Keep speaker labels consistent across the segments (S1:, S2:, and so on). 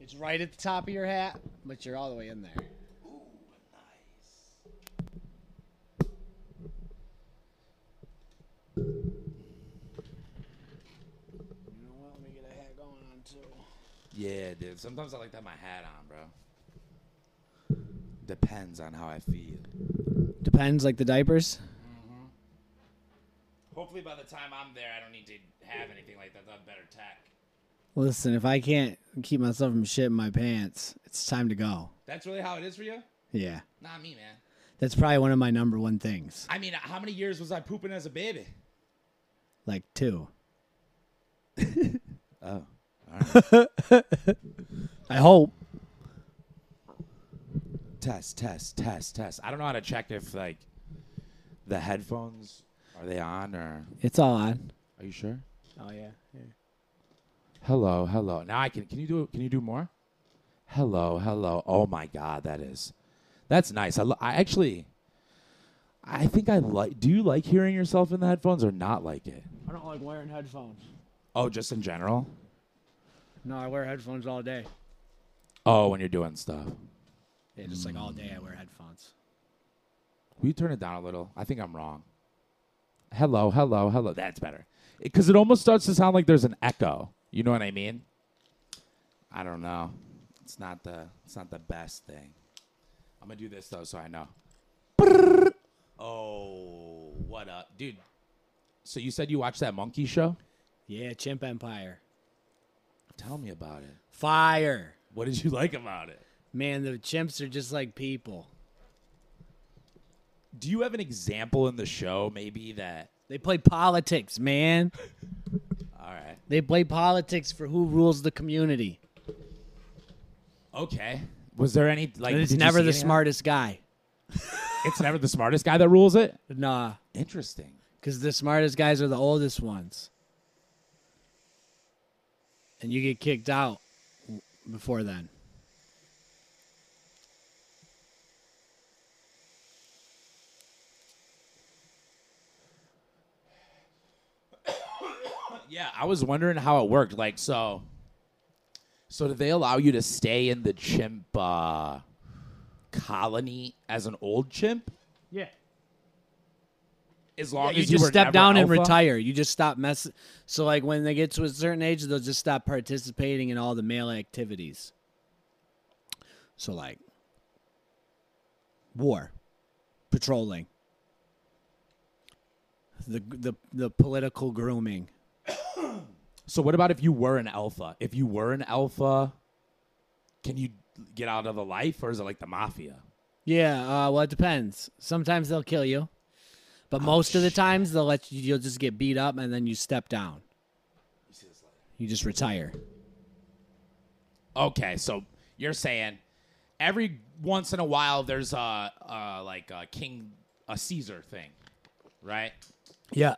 S1: It's right at the top of your hat, but you're all the way in there. You know what? Let me get a hat going on too.
S2: Yeah, dude. Sometimes I like to have my hat on, bro. Depends on how I feel.
S1: Depends, like the diapers.
S2: Hopefully, by the time I'm there, I don't need to have anything like that. I'll have better tech.
S1: Listen, if I can't keep myself from shitting my pants, it's time to go.
S2: That's really how it is for you?
S1: Yeah,
S2: Not me, man.
S1: that's probably one of my number one things.
S2: I mean, how many years was I pooping as a baby?
S1: Like two.
S2: Oh.
S1: I hope.
S2: Test, test, test, test. I don't know how to check if, like, the headphones are they on or.
S1: It's all on.
S2: Are you sure?
S1: Oh yeah. yeah.
S2: Hello, hello. Now I can. Can you do? Can you do more? Hello, hello. Oh my God, that is, that's nice. I, lo- I actually, I think I like. Do you like hearing yourself in the headphones or not like it?
S1: I don't like wearing headphones.
S2: Oh, just in general.
S1: No, I wear headphones all day.
S2: Oh, when you're doing stuff.
S1: Yeah, just like all day I wear headphones.
S2: Will you turn it down a little? I think I'm wrong. Hello, hello, hello. That's better. Because it, almost starts to sound like there's an echo. You know what I mean? I don't know. It's not the it's not the best thing. I'm gonna do this though, so I know. Brrr. Oh, what up, dude? So you said you watched that monkey show?
S1: Yeah, Chimp Empire.
S2: Tell me about it.
S1: Fire.
S2: What did you like about it?
S1: Man, the chimps are just like people.
S2: Do you have an example in the show, maybe that?
S1: They play politics, man.
S2: All right.
S1: They play politics for who rules the community.
S2: Okay. Was there any like?
S1: And it's
S2: did you
S1: never
S2: see
S1: the
S2: any-
S1: smartest guy.
S2: It's never the smartest guy that rules it.
S1: Nah,
S2: Interesting.
S1: because the smartest guys are the oldest ones. And you get kicked out w- before then.
S2: Yeah, I was wondering how it worked. Like, so, so do they allow you to stay in the chimp uh, colony as an old chimp
S1: Yeah.
S2: as long
S1: you
S2: as
S1: just
S2: were
S1: step
S2: never
S1: down and
S2: alpha?
S1: retire. You just stop mess. So like when they get to a certain age, they'll just stop participating in all the male activities. So like war, patrolling, the the the political grooming.
S2: So, what about if you were an alpha? If you were an alpha, can you get out of the life, or is it like the mafia?
S1: Yeah, uh, well it depends. Sometimes they'll kill you, but most of the times they'll let you. You'll just get beat up and then you step down. You just retire.
S2: Okay, so you're saying every once in a while there's a, a like a king, a Caesar thing, right?
S1: Yeah.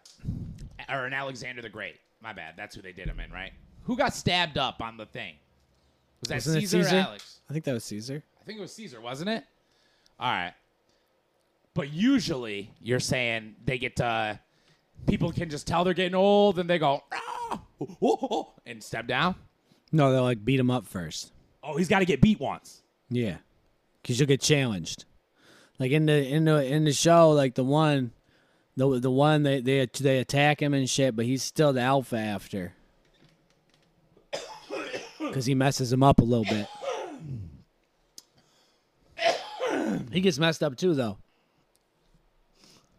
S2: or an Alexander the Great. My bad. That's who they did him in, right? Who got stabbed up on the thing? Was that
S1: Wasn't it
S2: Caesar, or
S1: Caesar?
S2: Alex?
S1: I think that was Caesar.
S2: I think it was Caesar, wasn't it? All right. But usually, you're saying they get to. People can just tell they're getting old, and they go "Ah, oh, oh, oh," and step down.
S1: No, they'll like beat him up first.
S2: Oh, he's got to get beat once.
S1: Yeah, because you'll get challenged. Like in the in the in the show, like the one, the the one they they they attack him and shit, but he's still the alpha after, because he messes him up a little bit. He gets messed up too, though.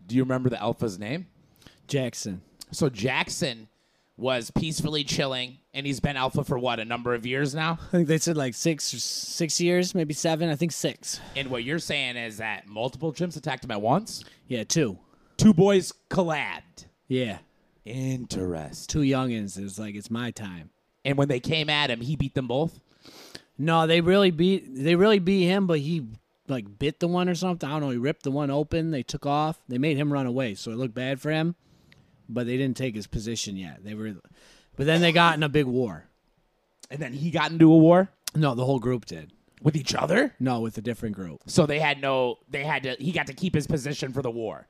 S2: Do you remember the alpha's name?
S1: Jackson.
S2: So Jackson was peacefully chilling, and he's been alpha for what a number of years now.
S1: I think they said like six or six years, maybe seven. I think six.
S2: And what you're saying is that multiple chimps attacked him at once.
S1: Yeah, two.
S2: two boys collabed.
S1: Yeah,
S2: Interest.
S1: two youngins. It's like it's my time.
S2: And when they came at him, he beat them both.
S1: No, they really beat they really beat him, but he like bit the one or something. I don't know. He ripped the one open. They took off. They made him run away, so it looked bad for him. But they didn't take his position yet. They were, but then they got in a big war.
S2: And then he got into a war
S1: No, the whole group did.
S2: with each other.
S1: No, with a different group.
S2: So they had no, they had to, he got to keep his position for the war.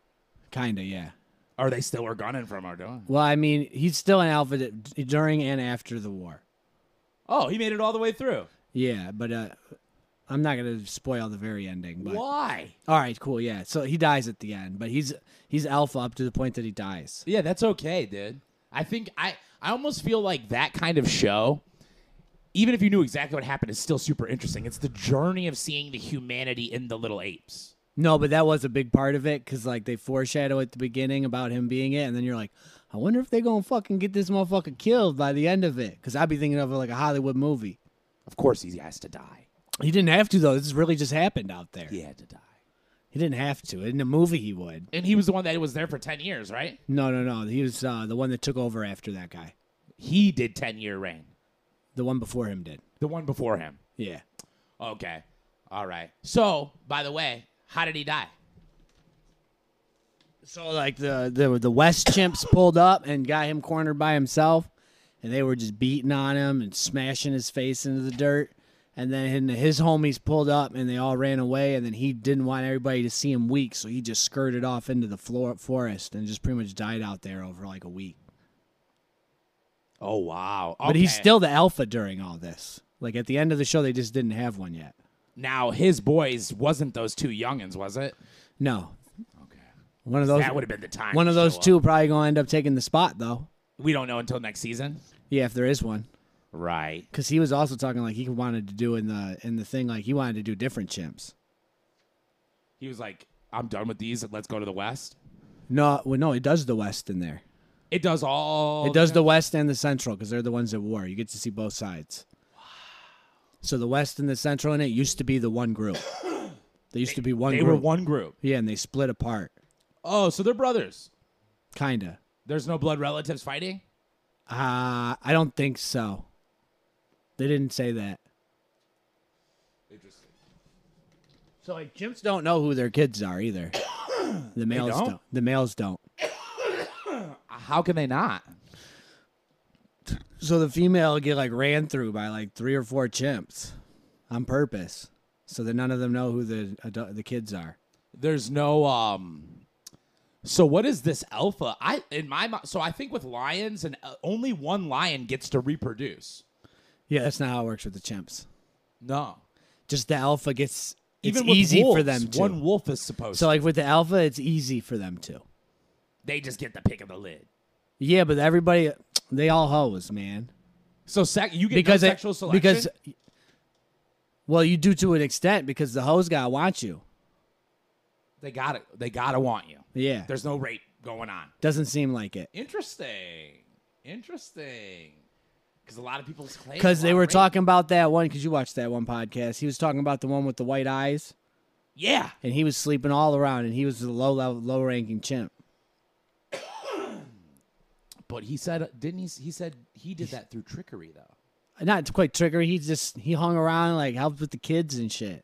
S1: Kinda, yeah.
S2: Or they still were gunning from our door.
S1: Well, I mean, he's still an alpha d- during and after the war.
S2: Oh, he made it all the way through.
S1: Yeah, but uh, I'm not gonna spoil the very ending. But
S2: Why?
S1: all right, cool. Yeah, so he dies at the end, but he's he's alpha up to the point that he dies.
S2: Yeah, that's okay, dude. I think I I almost feel like that kind of show, even if you knew exactly what happened, is still super interesting. It's the journey of seeing the humanity in the little apes.
S1: No, but that was a big part of it because like they foreshadow at the beginning about him being it, and then you're like, I wonder if they're gonna fucking get this motherfucker killed by the end of it. Because I'd be thinking of it like a Hollywood movie.
S2: Of course, he has to die.
S1: He didn't have to though. This really just happened out there.
S2: He had to die.
S1: He didn't have to. In the movie, he would.
S2: And he was the one that was there for ten years, right?
S1: No, no, no. He was uh, the one that took over after that guy.
S2: He did ten year reign.
S1: The one before him did.
S2: The one before him.
S1: Yeah.
S2: Okay. All right. So, by the way, how did he die?
S1: So like the the the West chimps pulled up and got him cornered by himself, and they were just beating on him and smashing his face into the dirt. And then his homies pulled up and they all ran away. And then he didn't want everybody to see him weak, so he just skirted off into the floor, forest and just pretty much died out there over like a week.
S2: Oh wow.
S1: But he's
S2: Okay.
S1: still the alpha during all this. Like at the end of the show, they just didn't have one yet.
S2: now his boys wasn't those two youngins, was it?
S1: No,
S2: Okay.
S1: one of those.
S2: that would have been the time.
S1: One
S2: to
S1: of those
S2: show up.
S1: two probably gonna end up taking the spot though.
S2: We don't know until next season.
S1: Yeah, if there is one,
S2: Right.
S1: because he was also talking like he wanted to do in the in the thing like he wanted to do different chimps.
S2: He was like, I'm done with these and let's go to the West.
S1: No, well, no, it does the West in there.
S2: It does all.
S1: It does the West and the Central because they're the ones at war. You get to see both sides. So the West and the Central in it used to be the one group. They used to be one
S2: They were
S1: group.
S2: one group.
S1: yeah, and they split apart,
S2: Oh, so they're brothers.
S1: kinda.
S2: There's no blood relatives fighting?
S1: Uh, I don't think so. They didn't say that.
S2: Interesting.
S1: So like chimps don't know who their kids are either. The males
S2: don't?
S1: don't. The males don't.
S2: How can they not?
S1: So the female would get like ran through by like three or four chimps on purpose, so that none of them know who the adult, the kids are.
S2: There's no. um So what is this alpha? I in my mi- so I think with lions and uh, only one lion gets to reproduce.
S1: Yeah, that's not how it works with the chimps.
S2: No.
S1: Just the alpha gets it's
S2: Even with
S1: easy for
S2: wolves,
S1: them to.
S2: One wolf is supposed.
S1: so like with the alpha, it's easy for them to.
S2: they just get the pick of the lid.
S1: Yeah, but everybody they all hoes, man.
S2: So sec- you get
S1: Because
S2: no
S1: it-
S2: sexual selection.
S1: because well, you do to an extent because the hoes gotta want you.
S2: they got to They gotta want you.
S1: Yeah,
S2: There's no rape going on.
S1: doesn't seem like it.
S2: Interesting. Interesting. Because a lot of people claim
S1: Because
S2: a
S1: they
S2: lot
S1: were
S2: of rape-
S1: talking about that one. Because you watched that one podcast, he was talking about the one with the white eyes,
S2: Yeah.
S1: and he was sleeping all around, and he was the low level, low ranking chimp.
S2: But he said, didn't he? s- He said he did that through trickery, though.
S1: Not quite triggery. He just he hung around like helped with the kids and shit.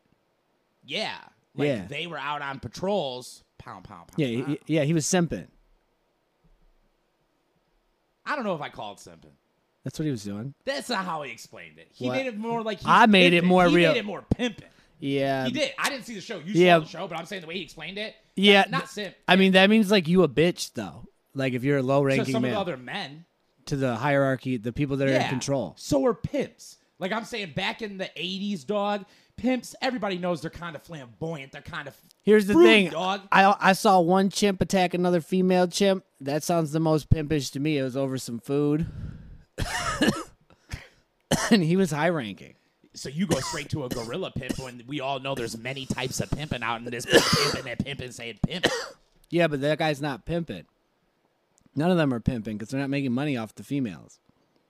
S2: Yeah. Like
S1: Yeah.
S2: they were out on patrols. Pound, pound, pound.
S1: Yeah, he-
S2: pound.
S1: he, yeah, he was simping.
S2: I don't know if I called something.
S1: That's what he was doing.
S2: That's not how he explained it. He
S1: What?
S2: made it more like he's
S1: I made it
S2: pimping.
S1: more
S2: he
S1: real.
S2: made it more pimping.
S1: Yeah,
S2: He did. I didn't see the show. You
S1: yeah.
S2: saw the show, but I'm saying the way he explained it.
S1: yeah.
S2: Not, not
S1: th-
S2: simp.
S1: I mean, that means like you a bitch though. Like if you're a low
S2: So
S1: ranking
S2: some
S1: male
S2: of the other men.
S1: to the hierarchy, the people that are in control.
S2: So are pimps. Like I'm saying, back in the '80s, dog pimps. Everybody knows they're kind of flamboyant. They're kind of
S1: Here's the
S2: fruity,
S1: thing.
S2: dog.
S1: I I saw one chimp attack another female chimp. That sounds the most pimpish to me. It was over some food. and he was high ranking.
S2: So you go straight to a gorilla pimp when we all know there's many types of pimping out in this pimp and that pimp and saying pimp.
S1: Yeah, but that guy's not pimping. None of them are pimping because they're not making money off the females.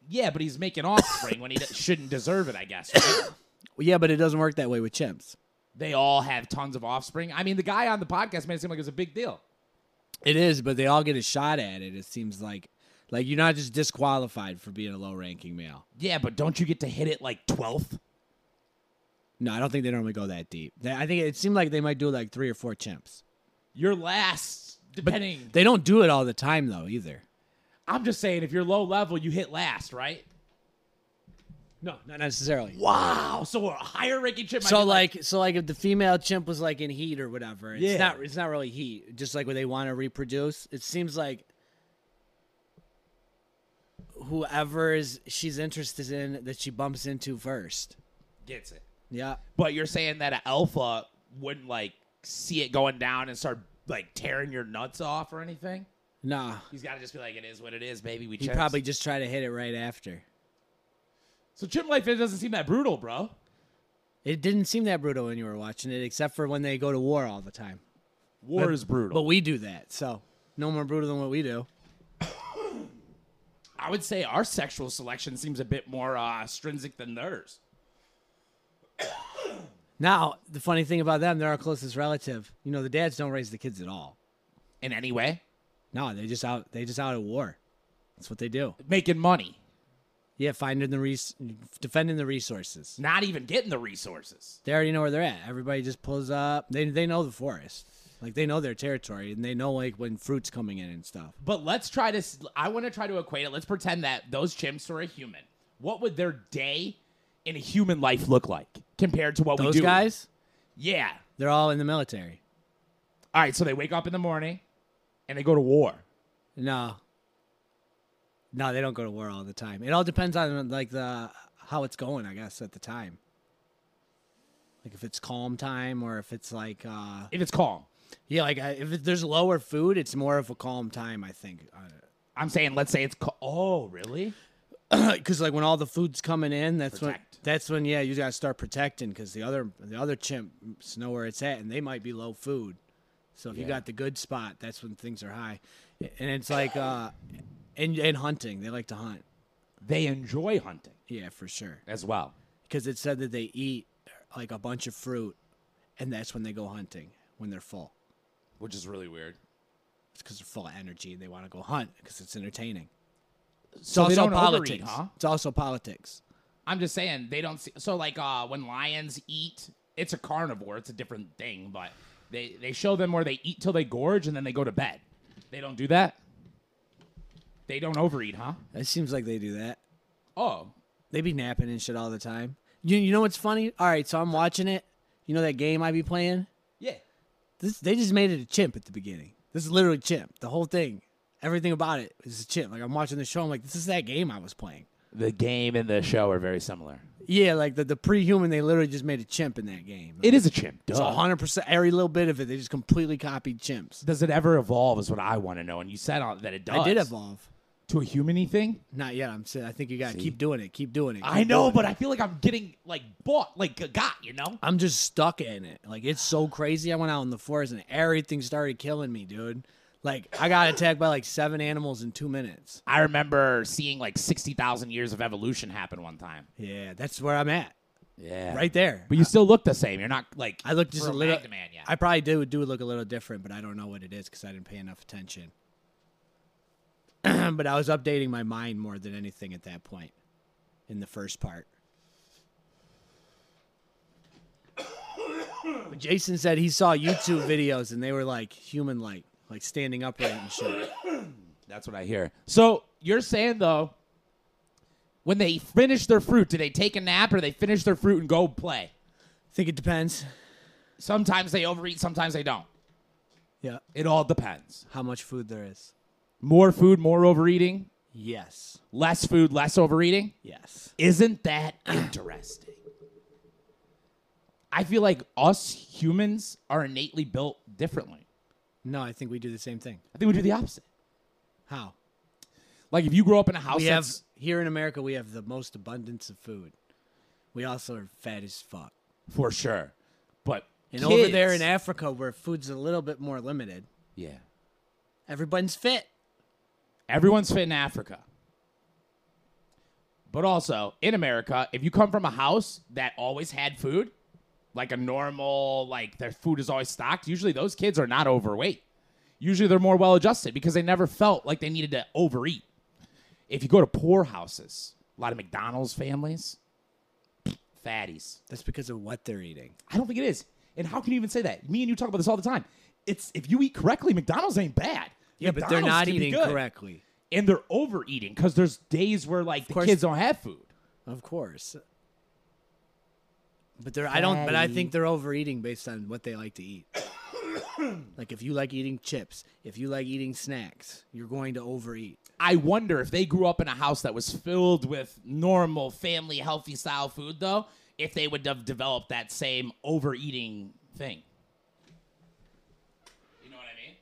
S2: Yeah, but he's making offspring when he d- shouldn't deserve it. I guess right?
S1: Well, yeah, but it doesn't work that way with chimps.
S2: they all have tons of offspring. I mean, the guy on the podcast made it seem like it was a big deal.
S1: It is, but they all get a shot at it. It seems like, like you're not just disqualified for being a low ranking male.
S2: Yeah, but don't you get to hit it like twelfth?
S1: No, I don't think they normally go that deep. They- I think it seemed like they might do like three or four chimps.
S2: You're last, depending.
S1: They don't do it all the time though either.
S2: I'm just saying, if you're low level, you hit last, right?
S1: No, not necessarily.
S2: Wow. So a higher ranking chip. might
S1: So
S2: be
S1: like, so like, if the female chimp was like in heat or whatever, it's
S2: Yeah.
S1: not it's not really heat. Just like when they want to reproduce, it seems like whoever is she's interested in that she bumps into first.
S2: gets it.
S1: Yeah.
S2: But you're saying that an alpha wouldn't like see it going down and start like tearing your nuts off or anything.
S1: Nah.
S2: He's got to just be like, it is what it is, baby. We
S1: He
S2: chest."
S1: probably just tried to hit it right after.
S2: so chimp life it doesn't seem that brutal, bro.
S1: It didn't seem that brutal when you were watching it, except for when they go to war all the time.
S2: War is brutal.
S1: But we do that, so no more brutal than what we do.
S2: I would say our sexual selection seems a bit more uh, stringent than theirs.
S1: Now, the funny thing about them, they're our closest relative. You know, the dads don't raise the kids at all.
S2: In any way,
S1: No, they just out they just out at war. That's what they do.
S2: making money,
S1: Yeah, finding the res- defending the resources.
S2: not even getting the resources.
S1: They already know where they're at. Everybody just pulls up. They they know the forest. Like they know their territory and they know like when fruit's coming in and stuff.
S2: But let's try to. s- I want to try to equate it. Let's pretend that those chimps were a human. What would their day in a human life look like compared to what we
S1: Those
S2: do?
S1: guys,
S2: Yeah.
S1: they're all in the military.
S2: All right. So they wake up in the morning, and they go to war.
S1: No. No, they don't go to war all the time. It all depends on like the how it's going, I guess, at the time. Like if it's calm time or if it's like uh
S2: If it's calm,
S1: yeah, like I, if it, there's lower food, it's more of a calm time, I think.
S2: I'm saying let's say it's. Cal- oh, really?
S1: Cuz like when all the food's coming in, that's
S2: Protect.
S1: when that's when yeah, you got to start protecting cuz the other the other chimps know where it's at and they might be low food. So if you got the good spot, that's when things are high. And it's like uh and and hunting, they like to hunt.
S2: They enjoy hunting
S1: Yeah, for sure.
S2: as well.
S1: because it said that they eat like a bunch of fruit, and that's when they go hunting when they're full.
S2: which is really weird.
S1: It's because they're full of energy and they want to go hunt because it's entertaining. It's
S2: So
S1: also
S2: they don't
S1: politics.
S2: overeat, huh?
S1: It's also politics.
S2: I'm just saying they don't see. So like uh, when lions eat, it's a carnivore. It's a different thing, but they they show them where they eat till they gorge and then they go to bed. They don't do that. They don't overeat, huh?
S1: It seems like they do that.
S2: Oh,
S1: They be napping and shit all the time. You you know what's funny? All right, so I'm watching it. You know that game I be playing?
S2: yeah.
S1: This they just made it a chimp at the beginning. This is literally chimp. The whole thing, everything about it is a chimp. Like I'm watching the show, I'm like, this is that game I was playing.
S2: The game and the show are very similar.
S1: Yeah, like the the pre-human, they literally just made a chimp in that game.
S2: It is a chimp.
S1: So
S2: Duh.
S1: 100% every little bit of it they just completely copied chimps.
S2: Does it ever evolve? Is what I want to know. And you said uh, that it does.
S1: I did evolve.
S2: to a humany thing.
S1: Not yet. I'm saying I think you got to keep doing it. Keep doing it.
S2: I know, but I feel like I'm getting like bought, like got. You know.
S1: I'm just stuck in it. Like it's so crazy. I went out in the forest and everything started killing me, dude. Like I got attacked by like seven animals in 2 minutes.
S2: I remember seeing like sixty thousand years of evolution happen one time.
S1: Yeah, that's where I'm at.
S2: Yeah.
S1: Right there.
S2: But you still look the same. You're not like
S1: I look just
S2: for
S1: a little
S2: man yet.
S1: I probably do do look a little different, but I don't know what it is cuz I didn't pay enough attention. but I was updating my mind more than anything at that point in the first part. But Jason said he saw YouTube videos and they were like human like, like standing upright and shit.
S2: That's what I hear. So you're saying though, when they finish their fruit, do they take a nap or they finish their fruit and go play?
S1: Think it depends.
S2: Sometimes they overeat, sometimes they don't.
S1: Yeah.
S2: It all depends.
S1: How much food there is.
S2: More food, more overeating.
S1: Yes.
S2: Less food, less overeating.
S1: Yes.
S2: Isn't that interesting? I feel like us humans are innately built differently.
S1: No, I think we do the same thing.
S2: I think we do the opposite.
S1: How?
S2: Like if you grow up in a house
S1: we have
S2: that's
S1: here in America. We have the most abundance of food. We also are fat as fuck.
S2: for sure, but
S1: And over there
S2: kids-
S1: in Africa, where food's a little bit more limited,
S2: Yeah.
S1: everybody's fit.
S2: Everyone's fit in Africa. But also, in America, if you come from a house that always had food, like a normal, like their food is always stocked, usually those kids are not overweight. Usually they're more well adjusted because they never felt like they needed to overeat. If you go to poor houses, a lot of McDonald's families, fatties.
S1: That's because of what they're eating.
S2: I don't think it is. And how can you even say that? Me and you talk about this all the time. It's if you eat correctly, McDonald's ain't bad.
S1: Yeah, but they're not eating
S2: correctly
S1: correctly.
S2: and they're overeating because there's days where like the
S1: course.
S2: kids don't have food.
S1: Of course. But they're I don't. But I
S2: Fatty.
S1: think they're overeating based on what they like to eat. like if you like eating chips, if you like eating snacks, you're going to overeat.
S2: I wonder if they grew up in a house that was filled with normal family healthy style food though,
S3: if they would have developed that same overeating thing. You know what I mean?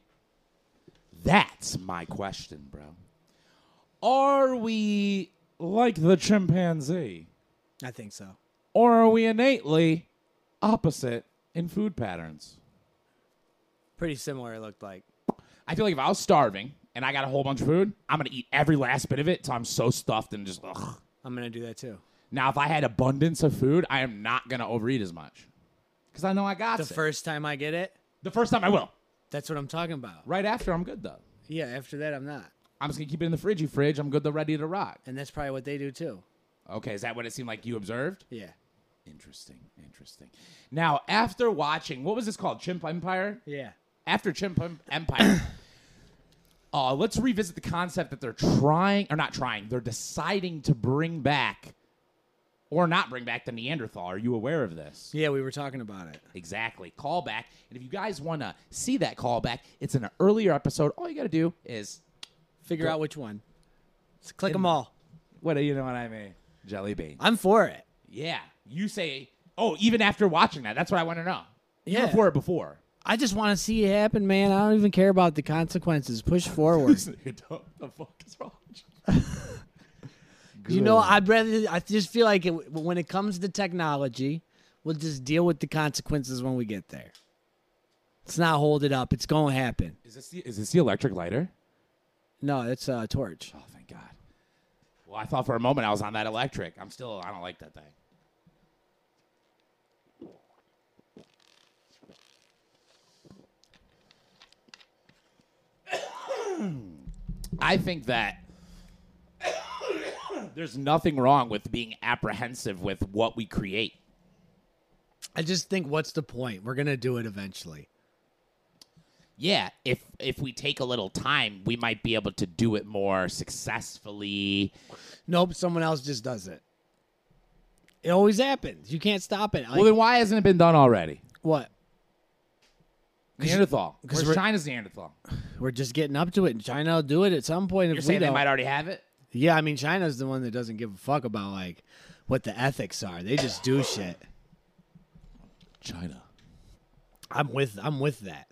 S2: That's my question, bro. Are we like the chimpanzee?
S1: I think so.
S2: Or are we innately opposite in food patterns?
S1: Pretty similar. It looked like.
S2: I feel like if I was starving and I got a whole bunch of food, I'm going to eat every last bit of it till I'm so stuffed and just ugh.
S1: I'm gonna do that too.
S2: Now, if I had abundance of food, I am not going to overeat as much because I know I got
S1: The
S2: it.
S1: first time I get it,
S2: the first time I will.
S1: that's what I'm talking about.
S2: Right after, I'm good though.
S1: Yeah. After that, I'm not,
S2: I'm just going to keep it in the fridgey fridge. I'm good though, ready to rock.
S1: and that's probably what they do too.
S2: Okay, is that what it seemed like you observed?
S1: Yeah.
S2: Interesting, interesting. Now, after watching, what was this called? Chimp Empire?
S1: Yeah.
S2: after Chimp Em- Empire. uh, let's revisit the concept that they're trying, or not trying, they're deciding to bring back or not bring back the Neanderthal. Are you aware of this?
S1: Yeah. We were talking about it.
S2: Exactly. Callback. And if you guys want to see that callback, it's in an earlier episode. All you got to do is,
S1: Figure out which one. Just click them all.
S2: what do you know what I mean? Jelly bean.
S1: I'm for it.
S2: Yeah. You say, oh, even after watching that, that's what I want to know. You
S1: Yeah.
S2: were for it before.
S1: I just want to see it happen, man. I don't even care about the consequences. Push forward.
S2: the fuck is wrong?
S1: you know, I'd rather. I just feel like it, when it comes to technology, we'll just deal with the consequences when we get there. Let's not hold it up. It's going to happen.
S2: Is this the, is this the electric lighter?
S1: No, it's a torch.
S2: Oh, thank God. Well, I thought for a moment I was on that electric. I'm still, I don't like that thing. I think that there's nothing wrong with being apprehensive with what we create.
S1: I just think, what's the point? We're going to do it eventually.
S2: yeah, if if we take a little time, we might be able to do it more successfully.
S1: Nope, someone else just does it. It always happens. You can't stop it. Like,
S2: Well, then why hasn't it been done already?
S1: what?
S2: Neanderthal.
S1: 'cause
S2: Where's
S1: we're-
S2: China's Neanderthal?
S1: We're just getting up to it, and China will do it at some point if
S2: You're
S1: we
S2: saying they
S1: don't.
S2: might already have it?
S1: Yeah, I mean, China's the one that doesn't give a fuck about like what the ethics are. They just do shit.
S2: China.
S1: I'm with. I'm with that.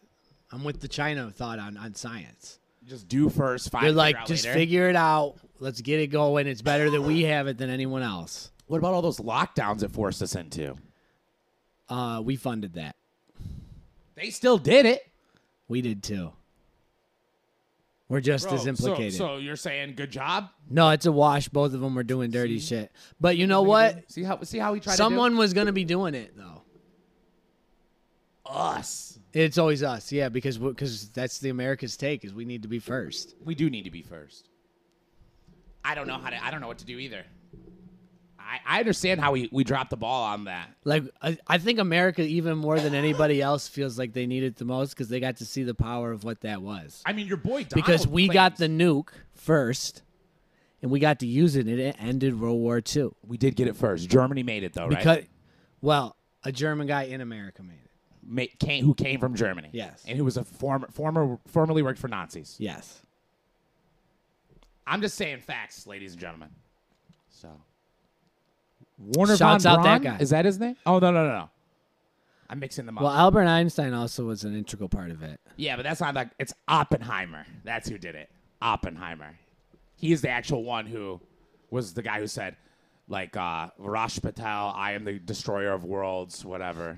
S1: I'm with the China thought on on science.
S2: Just do first, find
S1: They're
S2: figure
S1: like,
S2: out
S1: just
S2: later.
S1: figure it out. Let's get it going. It's better that we have it than anyone else.
S2: What about all those lockdowns it forced us into?
S1: Uh, we funded that.
S2: They still did it.
S1: We did too. We're just as implicated.
S2: So, you're saying good job?
S1: No, it's a wash. Both of them were doing dirty shit. But you know what?
S2: See how see how we tried
S1: Someone was gonna be doing it though.
S2: to do us.
S1: It's always us, yeah, because because that's the America's take is we need to be first.
S2: We do need to be first. I don't know how to I don't know what to do either. I, I understand how we, we dropped the ball on that.
S1: Like I, I think America even more than anybody else feels like they need it the most because they got to see the power of what that was.
S2: I mean your boy Donald
S1: Because we got the
S2: claims-
S1: nuke first, and we got to use it. and It ended World War II.
S2: We did get it first. Germany made it though, right?
S1: Because, well, a German guy in America made it.
S2: ma- came, who came from Germany.
S1: Yes.
S2: And who was a former former formerly worked for Nazis.
S1: Yes.
S2: I'm just saying facts, ladies and gentlemen. So Warner
S1: Shouts
S2: von
S1: out that
S2: Braun?
S1: guy.
S2: Is that his name? Oh no no no no. I'm mixing them up.
S1: Well, Albert Einstein also was an integral part of it.
S2: yeah, but that's not like it's Oppenheimer. That's who did it. Oppenheimer. He is the actual one who was the guy who said, like, uh, Rosh Patel, I am the destroyer of worlds, whatever.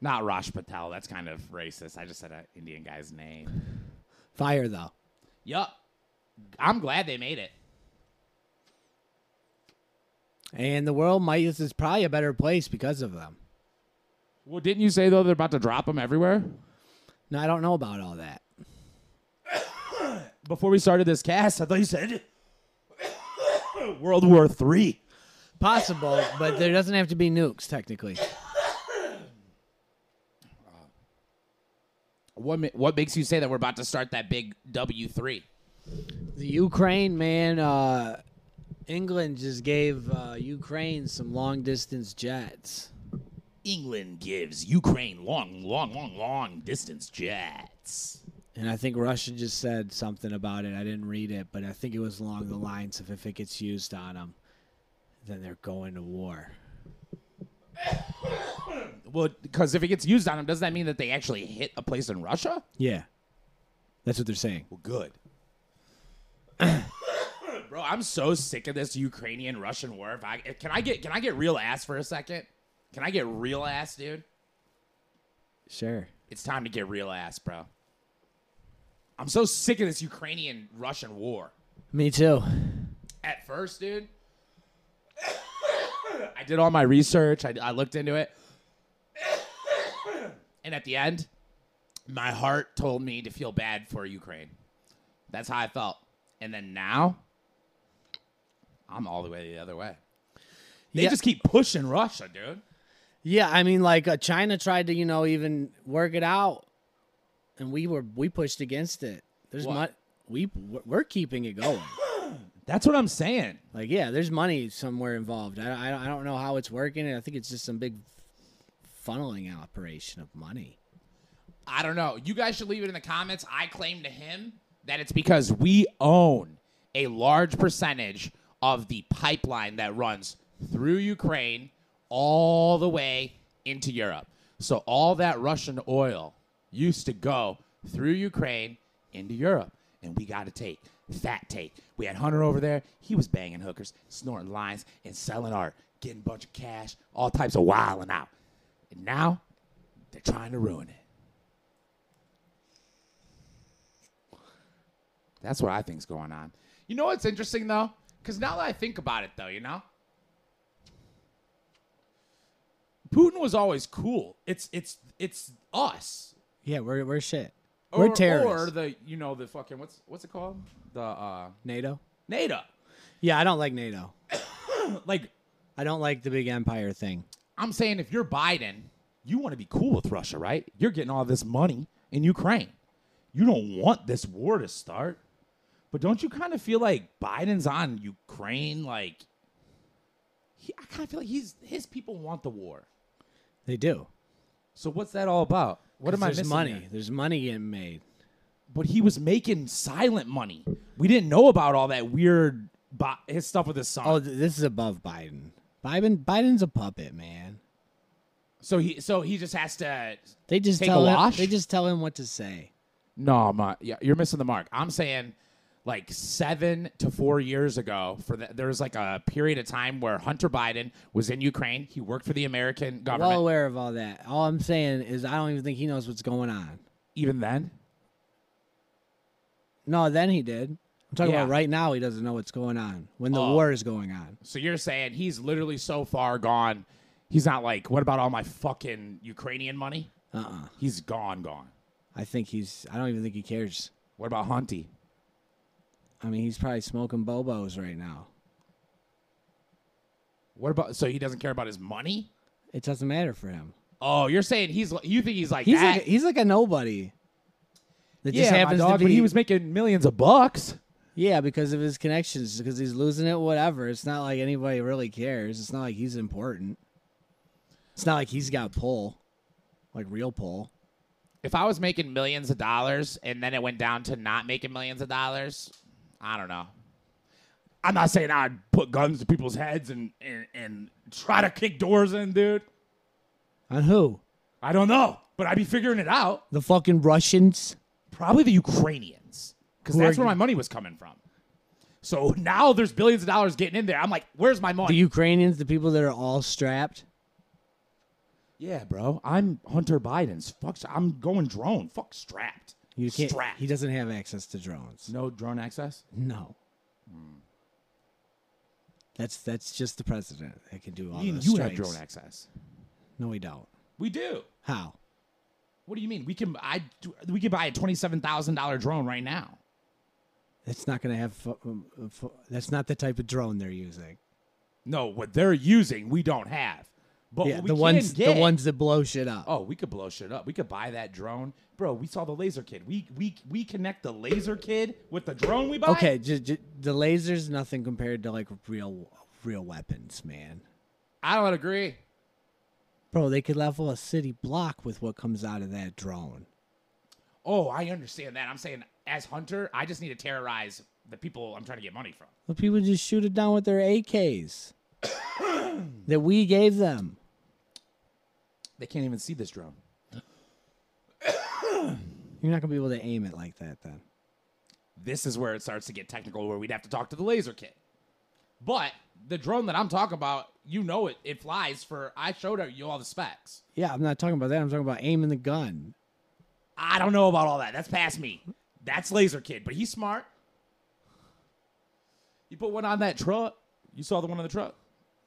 S2: Not Rosh Patel. That's kind of racist. I just said an Indian guy's name.
S1: Fire though.
S2: Yup. I'm glad they made it.
S1: And the world might this is probably a better place because of them.
S2: Well, didn't you say though they're about to drop them everywhere?
S1: Now I don't know about all that.
S2: Before we started this cast, I thought you said World War Three.
S1: Possible, but there doesn't have to be nukes technically.
S2: What ma- what makes you say that we're about to start that big W three?
S1: The Ukraine man, uh, England just gave uh, Ukraine some long distance jets.
S2: England gives Ukraine long, long, long, long distance jets.
S1: And I think Russia just said something about it. I didn't read it, but I think it was along the lines of if it gets used on them, then they're going to war.
S2: Well, because if it gets used on him, doesn't that mean that they actually hit a place in Russia?
S1: Yeah, that's what they're saying.
S2: Well, good. Bro, I'm so sick of this Ukrainian Russian war. If I, can I get can I get real ass for a second? Can I get real ass, dude?
S1: Sure.
S2: It's time to get real ass, bro. I'm so sick of this Ukrainian Russian war.
S1: Me too.
S2: At first, dude, I did all my research. I, I looked into it. and at the end, my heart told me to feel bad for Ukraine. That's how I felt. And then now, I'm all the way the other way. They
S1: Yeah.
S2: just keep pushing Russia, dude.
S1: Yeah, I mean, like uh, China tried to, you know, even work it out, and we were we pushed against it. There's
S2: What?
S1: money we we're keeping it going.
S2: That's what I'm saying.
S1: like, yeah, there's money somewhere involved. I, I, I don't know how it's working, and I think it's just some big funneling operation of money.
S2: I don't know. You guys should leave it in the comments. I claim to him that it's because we own a large percentage of the pipeline that runs through Ukraine all the way into Europe. So all that Russian oil used to go through Ukraine into Europe. And we got a take, fat take. We had Hunter over there. He was banging hookers, snorting lines, and selling art, getting a bunch of cash, all types of wilding out. And now they're trying to ruin it. That's what I think's going on. You know what's interesting though? Because now that I think about it, though, you know, Putin was always cool. It's it's it's us.
S1: Yeah, we're we're shit.
S2: Or,
S1: we're terrorists.
S2: Or the you know the fucking what's what's it called? The uh,
S1: NATO.
S2: NATO.
S1: Yeah, I don't like NATO.
S2: Like
S1: I don't like the big empire thing.
S2: I'm saying, if you're Biden, you want to be cool with Russia, right? You're getting all this money in Ukraine. You don't want this war to start. But don't you kind of feel like Biden's on Ukraine? Like, he, I kind of feel like he's his people want the war.
S1: They do.
S2: So what's that all about? What am I
S1: there's
S2: missing?
S1: money.
S2: here?
S1: There's money getting made.
S2: But he was making silent money. We didn't know about all that weird bo- his stuff with his son.
S1: Oh, th- this is above Biden. Biden Biden's a puppet, man.
S2: so he so he just has to
S1: They just
S2: Take a
S1: tell him,
S2: wash?
S1: they just tell him what to say.
S2: No, my, yeah, you're missing the mark. I'm saying like seven to four years ago, for the, there was like a period of time where Hunter Biden was in Ukraine. He worked for the American government.
S1: Well aware of all that. All I'm saying is I don't even think he knows what's going on.
S2: Even then,
S1: No, then he did. I'm talking about
S2: Yeah.
S1: right now he doesn't know what's going on when the
S2: Oh.
S1: war is going on.
S2: so you're saying he's literally so far gone. He's not like, what about all my fucking Ukrainian money?
S1: Uh-uh.
S2: He's gone, gone.
S1: I think he's I don't even think he cares.
S2: What about Hunty?
S1: I mean, he's probably smoking bobos right now.
S2: What about so he doesn't care about his money?
S1: It doesn't matter for him.
S2: Oh, you're saying he's li- you think he's like
S1: He's
S2: that?
S1: like he's like a nobody. That
S2: yeah,
S1: just
S2: my
S1: happens
S2: dog,
S1: to be
S2: but he was making millions of bucks.
S1: Yeah, because of his connections, because he's losing it, whatever. It's not like anybody really cares. It's not like he's important. It's not like he's got pull, like real pull.
S2: if I was making millions of dollars and then it went down to not making millions of dollars, I don't know. I'm not saying I'd put guns to people's heads and, and, and try to kick doors in, dude.
S1: On who?
S2: I don't know, but I'd be figuring it out.
S1: The fucking Russians?
S2: Probably the Ukrainians, because
S1: Who
S2: that's
S1: are
S2: where
S1: you-
S2: my money was coming from. So now there's billions of dollars getting in there. I'm like, where's my
S1: The
S2: money?
S1: Ukrainians? The people that are all strapped?
S2: yeah, bro. I'm Hunter Biden's. Fuck, I'm going drone. Fuck, strapped.
S1: You can't.
S2: Strapped.
S1: He doesn't have access to drones.
S2: no drone access?
S1: No. That's that's just the president that can do all
S2: Ian,
S1: those
S2: you have
S1: strikes.
S2: drone access.
S1: No, we don't.
S2: We do.
S1: How?
S2: What do you mean? We can I we could buy a twenty seven thousand dollar drone right now.
S1: That's not going to have. Fu- um, uh, fu- that's not the type of drone they're using.
S2: No, what they're using we don't have. But
S1: Yeah,
S2: what Oh, we
S1: the
S2: can
S1: ones
S2: get,
S1: the ones that blow shit up.
S2: Oh, we could blow shit up. We could buy that drone, bro. We saw the laser kid. We we we connect the laser kid with the drone we buy.
S1: Okay, j- j- the laser's nothing compared to like real real weapons, man.
S2: I don't agree.
S1: Bro, they could level a city block with what comes out of that drone.
S2: Oh, I understand that. I'm saying as hunter, I just need to terrorize the people I'm trying to get money from.
S1: But people just shoot it down with their AKs that we gave them.
S4: They can't even see this drone.
S1: You're not gonna be able to aim it like that then.
S4: This is where it starts to get technical, where we'd have to talk to the laser kid. But the drone that I'm talking about, you know it. It flies for. I showed you all the specs.
S1: Yeah, I'm not talking about that. I'm talking about aiming the gun.
S4: I don't know about all that.
S2: That's past me.
S4: That's Laser Kid, but he's smart. You put one on that truck. You saw the one on the truck.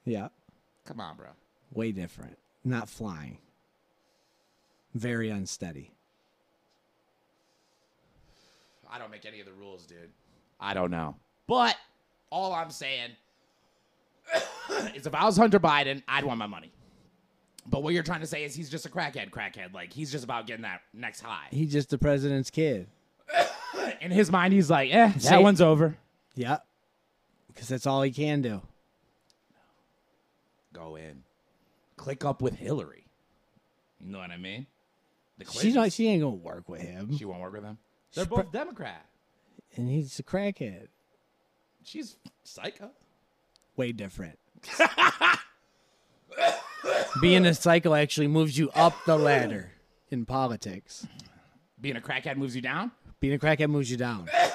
S1: Yeah,
S4: Come on, bro.
S1: way different. Not flying. Very unsteady.
S2: I don't make any of the rules, dude.
S4: I don't know.
S2: But all I'm saying is if I was Hunter Biden, I'd want my money. But what you're trying to say is he's just a crackhead, crackhead. Like he's just about getting that next high.
S1: He's just the president's kid.
S4: In his mind, he's like, eh, that
S1: it.
S4: one's over.
S1: Yeah, because that's all he can do.
S4: Go in.
S2: Click up with Hillary. You know what I mean? The
S1: She's not.
S2: Clintons.
S1: She ain't gonna work with him.
S4: She won't work with him.
S2: They're
S1: she's
S2: both Democrat.
S1: And he's a crackhead.
S2: She's psycho.
S1: Way different. Being a cycle actually moves you up the ladder in politics.
S2: Being a crackhead moves you down.
S1: Being a crackhead moves you down. If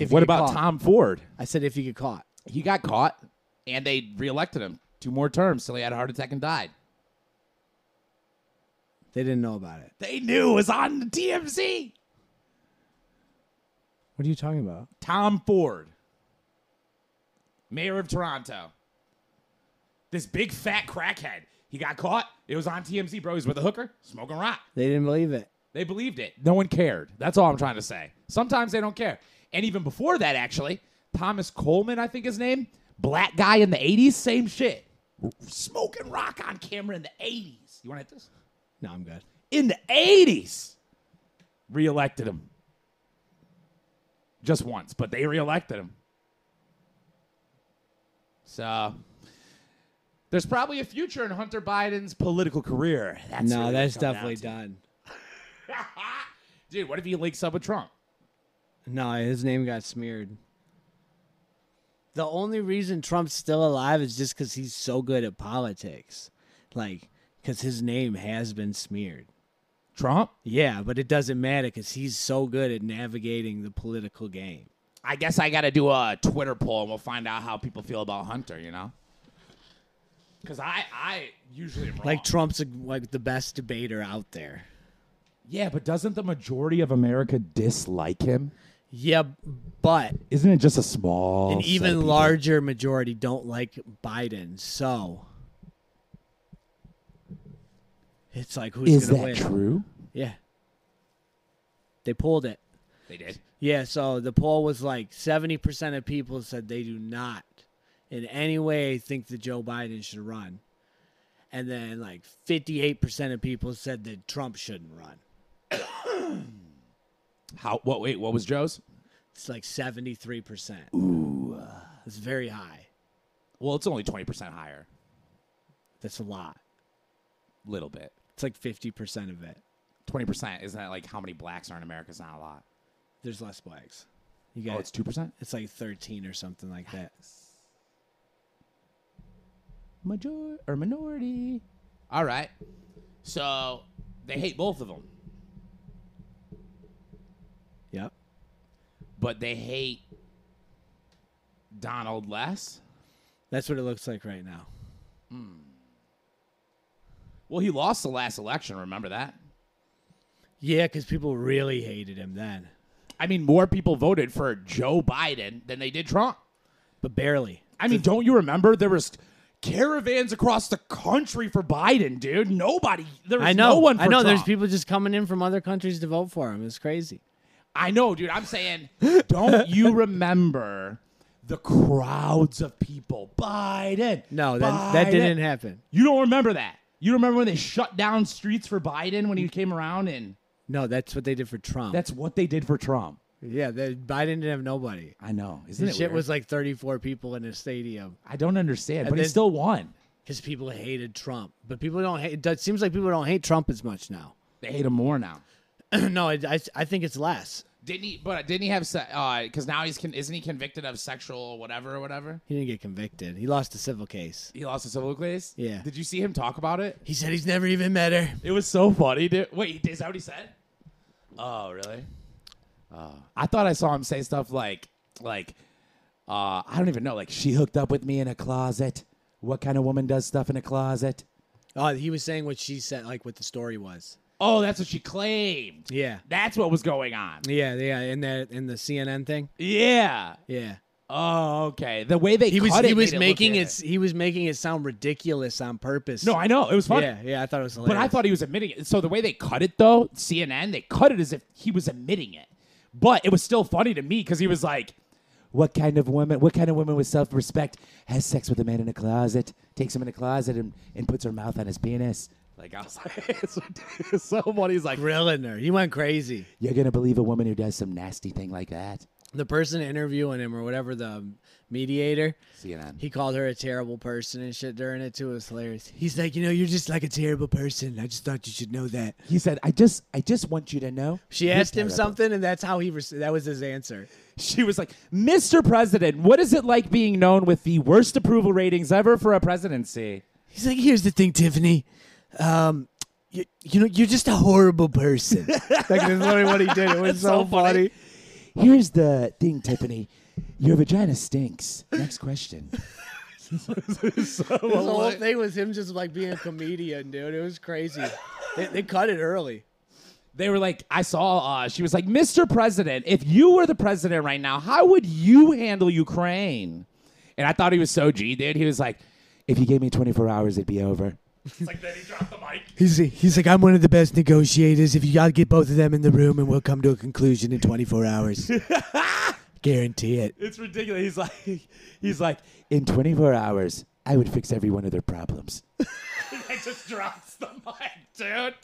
S1: you
S4: What
S1: get
S4: about
S1: caught.
S4: Tom Ford?
S1: I said if you get caught.
S4: He got caught.
S2: and they reelected him two more terms till he had a heart attack and died.
S1: They didn't know about it.
S2: They knew it was on the TMZ.
S1: What are you talking about?
S2: Tom Ford, mayor of Toronto. This big fat crackhead. He got caught. It was on TMZ, bro. He's with a hooker, smoking rock.
S1: They didn't believe it.
S2: They believed it.
S4: No one cared.
S2: That's all I'm trying to say. Sometimes they don't care. And even before that, actually, Thomas Coleman, I think his name, black guy in the 80s, same shit. Smoking rock on camera in the 80s. You want to hit this?
S1: No, I'm good.
S2: In the 80s.
S4: Reelected him.
S2: just once, but they reelected him. So there's probably a future in Hunter Biden's political career. That's
S1: no,
S2: really
S1: that's
S2: what it comes
S1: definitely
S2: down
S1: done.
S2: to. Dude, what if he links up with Trump?
S1: No, his name got smeared. The only reason Trump's still alive is just because he's so good at politics. Like, because his name has been smeared.
S4: Trump?
S1: Yeah, but it doesn't matter because he's so good at navigating the political game.
S2: I guess I got to do a Twitter poll and we'll find out how people feel about Hunter, you know? Because I, I usually am wrong.
S1: Like Trump's like the best debater out there.
S4: Yeah, but doesn't the majority of America dislike him?
S1: Yeah, but
S4: Isn't it just a small
S1: an
S4: set of
S1: even
S4: people?
S1: larger majority don't like Biden. So it's like who's
S4: Is
S1: gonna
S4: that
S1: win?
S4: true?
S1: Yeah, they pulled it.
S2: they did.
S1: Yeah, so the poll was like seventy percent of people said they do not in any way think that Joe Biden should run, and then like fifty-eight percent of people said that Trump shouldn't run.
S4: How? What? Wait, what was Joe's?
S1: It's like seventy-three percent. Ooh, it's very high.
S4: Well, it's only twenty percent higher.
S1: That's a lot.
S4: Little bit.
S1: It's like fifty percent of it.
S4: Twenty percent isn't that like how many blacks are in America? It's not a lot.
S1: There's less blacks. You got
S4: Oh, it's
S1: it's,
S4: two percent.
S1: like thirteen or something like that.
S4: Major or minority?
S2: All right. So they hate both of them,
S1: Yep.
S2: but they hate Donald less.
S1: That's what it looks like right now.
S2: Well, he lost the last election. Remember that?
S1: Yeah, because people really hated him then,
S2: I mean, more people voted for Joe Biden than they did Trump.
S1: but barely.
S2: I mean, don't you remember there was caravans across the country for Biden, dude? Nobody, there was
S1: I know.
S2: no one. For
S1: I know. There's
S2: Trump.
S1: people just coming in from other countries to vote for him. It's crazy.
S2: I know, dude. I'm saying, don't you remember the crowds of people? Biden.
S1: No, that that
S2: Biden.
S1: didn't happen.
S2: You don't remember that. You remember when they shut down streets for Biden when he came around, and
S1: No, that's what they did for Trump.
S4: That's what they did for Trump.
S1: yeah, that Biden didn't have nobody.
S4: I know. Isn't
S1: The
S4: it
S1: shit
S4: weird?
S1: was like 34 people in a stadium
S4: I don't understand, but he
S1: then-
S4: still won.
S1: because people hated Trump. But people don't hate. It seems like people don't hate Trump as much now.
S2: they hate him more now.
S1: no, I, I, I think it's less.
S2: Didn't he? But didn't he have? se- Uh, because now he's con- isn't he convicted of sexual or whatever or whatever?
S1: He didn't get convicted. He lost a civil case.
S2: He lost a civil case.
S1: Yeah.
S2: Did you see him talk about it?
S1: He said he's never even met her.
S2: It was so funny, dude. Wait, is that what he said? Oh, really? Oh. I thought I saw him say stuff like, like, uh, I don't even know. Like, she hooked up with me in a closet. What kind of woman does stuff in a closet?
S1: Oh, he was saying what she said, like what the story was.
S2: Oh, that's what she claimed.
S1: Yeah.
S2: That's what was going on.
S1: Yeah, yeah, in that in the CNN thing.
S2: Yeah.
S1: Yeah.
S2: Oh, okay. The way they
S1: He was
S2: cut
S1: he
S2: it
S1: was
S2: made it look
S1: making
S2: in
S1: it he was making it sound ridiculous on purpose.
S2: No, I know it was funny.
S1: Yeah, yeah, I thought it was hilarious.
S2: But I thought he was admitting it. So the way they cut it, though, CNN, they cut it as if he was admitting it. But it was still funny to me because he was like, "What kind of woman? What kind of woman with self-respect has sex with a man in a closet? Takes him in a closet and, and puts her mouth on his penis." Like I was like, it's ridiculous. "Somebody's like,
S1: grilling her. He went crazy.
S2: you're gonna believe a woman who does some nasty thing like that?"
S1: The person interviewing him or whatever the mediator,
S2: CNN.
S1: he called her a terrible person and shit during it too. It was hilarious. He's like, you know, you're just like a terrible person. I just thought you should know that.
S2: He said, "I just, I just want you to know."
S1: She
S2: you're
S1: asked him
S2: terrible."
S1: something, and that's how he res- that was his answer.
S2: She was like, "Mr. President, what is it like being known with the worst approval ratings ever for a presidency?"
S1: He's like, here's the thing, Tiffany. Um, you, you know, you're just a horrible person. like that's literally what he did. It was so, funny.
S2: Here's the thing, Tiffany. Your vagina stinks. Next question.
S1: The whole thing was him just like being a comedian, dude. It was crazy. they, they cut it early.
S2: They were like, I saw, uh, she was like, Mr. President, if you were the president right now, how would you handle Ukraine? And I thought he was so G, dude. He was like, if you gave me 24 hours, it'd be over.
S1: He's he's like, I'm one of the best negotiators. If you gotta get both of them in the room, and we'll come to a conclusion in 24 hours. Guarantee it.
S2: It's ridiculous. He's like, he's like, in 24 hours, I would fix every one of their problems. that just drops the mic, dude.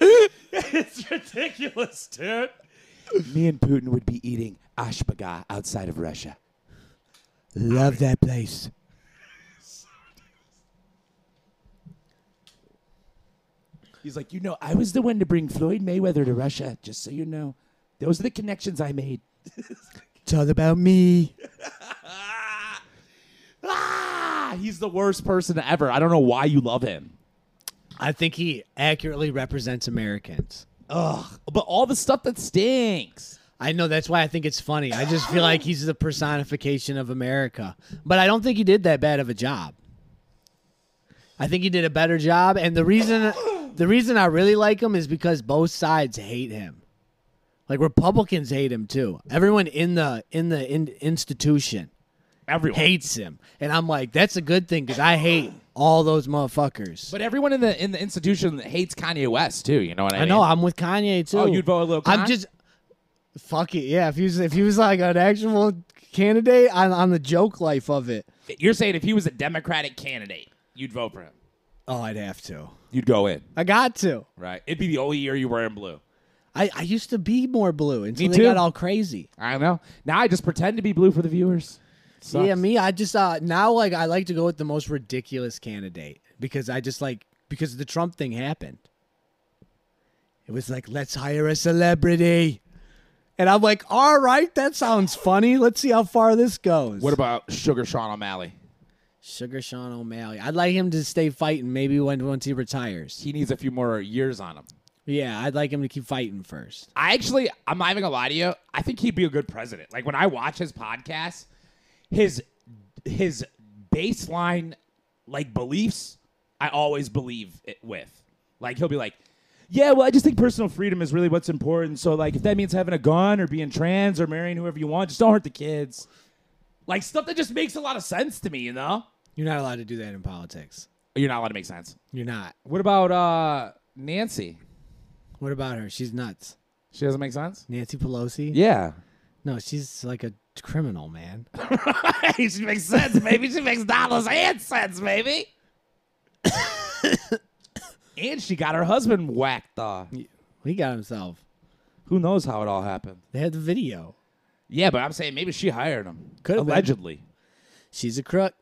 S2: it's ridiculous, dude. Me and Putin would be eating ashbaga outside of Russia.
S1: Love that place.
S2: He's like, you know, I was the one to bring Floyd Mayweather to Russia, just so you know. Those are the connections I made.
S1: It's all about me.
S2: Ah, he's the worst person ever. I don't know why you love him.
S1: I think he accurately represents Americans.
S2: Ugh, but all the stuff that stinks.
S1: I know that's why I think it's funny. I just feel like he's the personification of America. But I don't think he did that bad of a job. I think he did a better job and the reason the reason I really like him is because both sides hate him. Like Republicans hate him too. Everyone in the in the in, institution
S2: Everyone.
S1: hates him. And I'm like that's a good thing cuz I hate all those motherfuckers.
S2: But everyone in the in the institution hates Kanye West too. You know what I,
S1: I
S2: mean?
S1: know I'm with Kanye too.
S2: Oh, you'd vote Lil
S1: I'm
S2: Con?
S1: just fuck it. Yeah, if he was if he was like an actual candidate on on the joke life of it.
S2: You're saying if he was a Democratic candidate, you'd vote for him.
S1: Oh, I'd have to.
S2: You'd go in,
S1: I got to.
S2: right? It'd be the only year you were in blue.
S1: I, I used to be more blue until
S2: Me
S1: they got
S2: too.
S1: all crazy.
S2: I don't know. Now I just pretend to be blue for the viewers. Sucks.
S1: Yeah, me. I just uh now like I like to go with the most ridiculous candidate because I just like because the Trump thing happened. It was like let's hire a celebrity, and I'm like, all right, that sounds funny. Let's see how far this goes.
S2: What about Sugar Sean O'Malley?
S1: Sugar Sean O'Malley. I'd like him to stay fighting maybe when once he retires.
S2: He needs a few more years on him.
S1: Yeah, I'd like him to keep fighting first.
S2: I actually, I'm not even gonna lie to you. I think he'd be a good president. Like when I watch his podcast, his his baseline like beliefs, I always believe it with. Like he'll be like, "Yeah, well, I just think personal freedom is really what's important. So like, if that means having a gun or being trans or marrying whoever you want, just don't hurt the kids." Like stuff that just makes a lot of sense to me, you know.
S1: You're not allowed to do that in politics.
S2: You're not allowed to make sense.
S1: You're not.
S2: What about uh Nancy?
S1: What about her? She's nuts.
S2: She doesn't make sense.
S1: Nancy Pelosi?
S2: Yeah,
S1: No, she's like a criminal, man.
S2: she makes sense, baby. She makes dollars and cents, baby. and she got her husband whacked. Uh,
S1: He got himself.
S2: who knows how it all happened?
S1: They had the video.
S2: Yeah, but I'm saying maybe she hired him.
S1: Could've been.
S2: allegedly.
S1: She's a crook.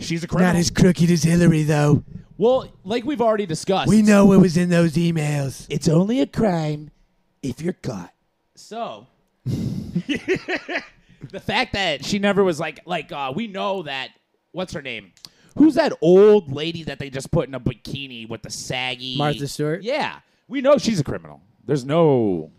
S2: She's a criminal.
S1: crooked as Hillary, though.
S2: well, like we've already discussed,
S1: what was in those emails.
S2: it's only a crime if you're caught. So the fact that she never was like like uh, we know that what's her name? Who's that old lady that they just put in a bikini with the saggy
S1: Martha Stewart?
S2: Yeah, we know she's a criminal.
S5: There's no,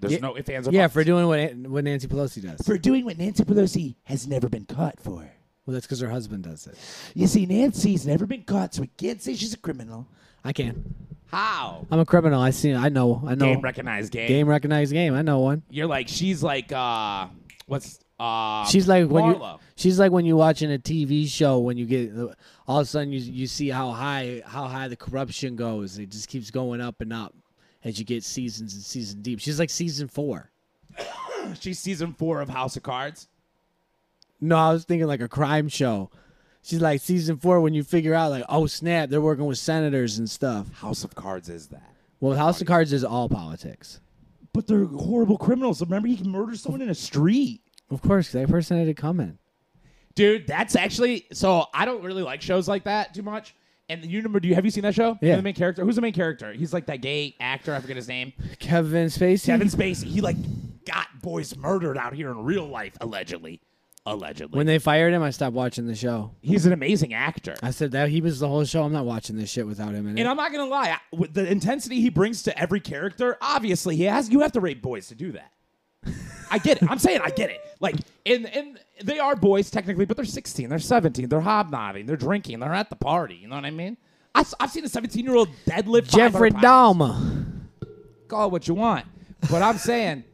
S5: there's
S1: Yeah-
S5: no if ands or
S1: Yeah,
S5: buts.
S1: for doing what what Nancy Pelosi does.
S2: For doing what Nancy Pelosi has never been caught for.
S1: Well, that's because her husband does it.
S2: You see, Nancy's never been caught, so we can't say she's a criminal.
S1: I can.
S2: How?
S1: I'm a criminal. I seen. it. I know. I know.
S5: game recognized game.
S1: Game recognized game. I know one.
S2: You're like she's like uh what's uh
S1: She's like when you.
S2: Marlo.
S1: She's like when you're watching a TV show when you get all of a sudden you you see how high how high the corruption goes. It just keeps going up and up as you get seasons and season deep. She's like season four.
S2: she's season four of House of Cards.
S1: No, I was thinking like a crime show. She's like season four when you figure out like oh snap they're working with senators and stuff.
S2: House of Cards is that.
S1: Well, House of Cards is all politics.
S2: But they're horrible criminals. Remember, he can murder someone in a street.
S1: Of course, that person had it coming.
S2: Dude, that's actually so. I don't really like shows like that too much. And you remember? Do you have you seen that show?
S1: Yeah.
S2: The main character. Who's the main character? He's like that gay actor. I forget his name.
S1: Kevin Spacey.
S2: Kevin Spacey. He like got boys murdered out here in real life, allegedly. Allegedly.
S1: When they fired him, I stopped watching the show.
S2: He's an amazing actor.
S1: I said that he was the whole show. I'm not watching this shit without him in it.
S2: And I'm not gonna lie, I- with the intensity he brings to every character, obviously he has. You have to rape boys to do that. I get it. I'm saying I get it. Like, and and they are boys technically, but they're 16, they're 17, they're hobnobbing, they're drinking, they're at the party. You know what I mean? I, have seen a 17 year old deadlift. 500
S1: Jeffrey
S2: pounds.
S1: Dahmer.
S2: Call it what you want, but I'm saying,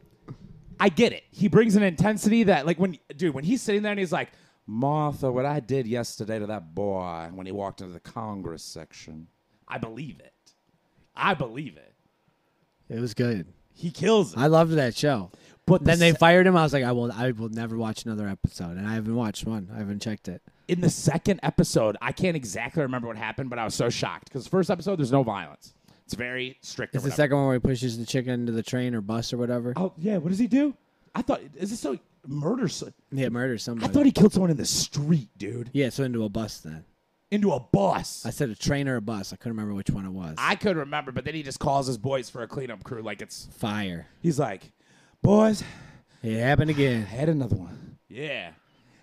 S2: I get it. He brings an intensity that, like, when dude, when he's sitting there and he's like, Martha, what I did yesterday to that boy when he walked into the Congress section, I believe it. I believe it.
S1: It was good.
S2: He kills it.
S1: I loved that show.
S2: But
S1: Then they
S2: se-
S1: fired him. I was like, I will. I will never watch another episode, and I haven't watched one. I haven't checked it.
S2: in the second episode, I can't exactly remember what happened, but I was so shocked because first episode there's no violence. It's very strict. or
S1: It's the
S2: whatever.
S1: second one where he pushes the chicken into the train or bus or whatever.
S2: Oh yeah, what does he do? I thought is this so murder? so-
S1: Yeah, murders
S2: I
S1: somebody.
S2: thought he killed someone in the street, dude,
S1: yeah, so into a bus then.
S2: into a bus.
S1: I said a train or a bus. I couldn't remember which one it was.
S2: I could remember, but then he just calls his boys for a cleanup crew. Like it's
S1: Fire.
S2: he's like, boys,
S1: It happened again.
S2: I had another one. Yeah,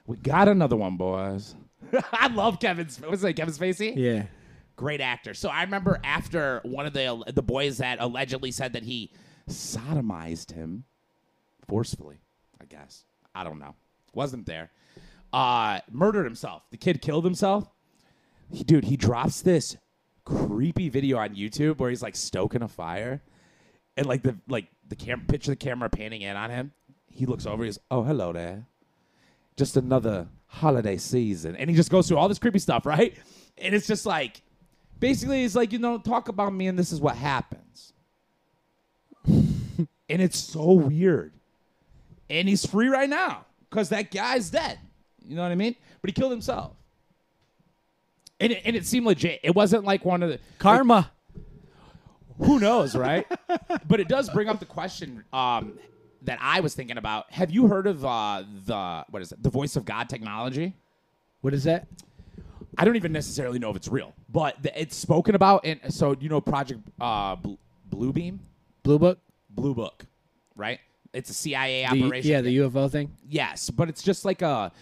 S2: we got another one, boys. I love Kevin. Sp- What's that, Kevin Spacey?
S1: Yeah.
S2: Great actor. So I remember after one of the the boys that allegedly said that he sodomized him forcefully, I guess. I don't know. Wasn't there. Uh murdered himself. The kid killed himself. He, dude, he drops this creepy video on YouTube where he's like stoking a fire and like the like the cam- picture of the camera panning in on him. He looks over, he's, "Oh, hello there." just another holiday season. And he just goes through all this creepy stuff, right? And it's just like, basically, it's like, you know, talk about me and this is what happens. and it's so weird. And he's free right now because that guy's dead. You know what I mean? But he killed himself. And it, and it seemed legit. It wasn't like one of the.
S1: Karma.
S2: Who knows, right? but it does bring up the question um, that I was thinking about. Have you heard of uh, the what is it? The voice of God technology?
S1: What is that?
S2: I don't even necessarily know if it's real, but th- it's spoken about. And so you know, Project uh, Bl- Bluebeam,
S1: Blue Book.
S2: Blue Book, right? It's a CIA
S1: The-
S2: operation.
S1: yeah, the UFO thing.
S2: yes, but it's just like a,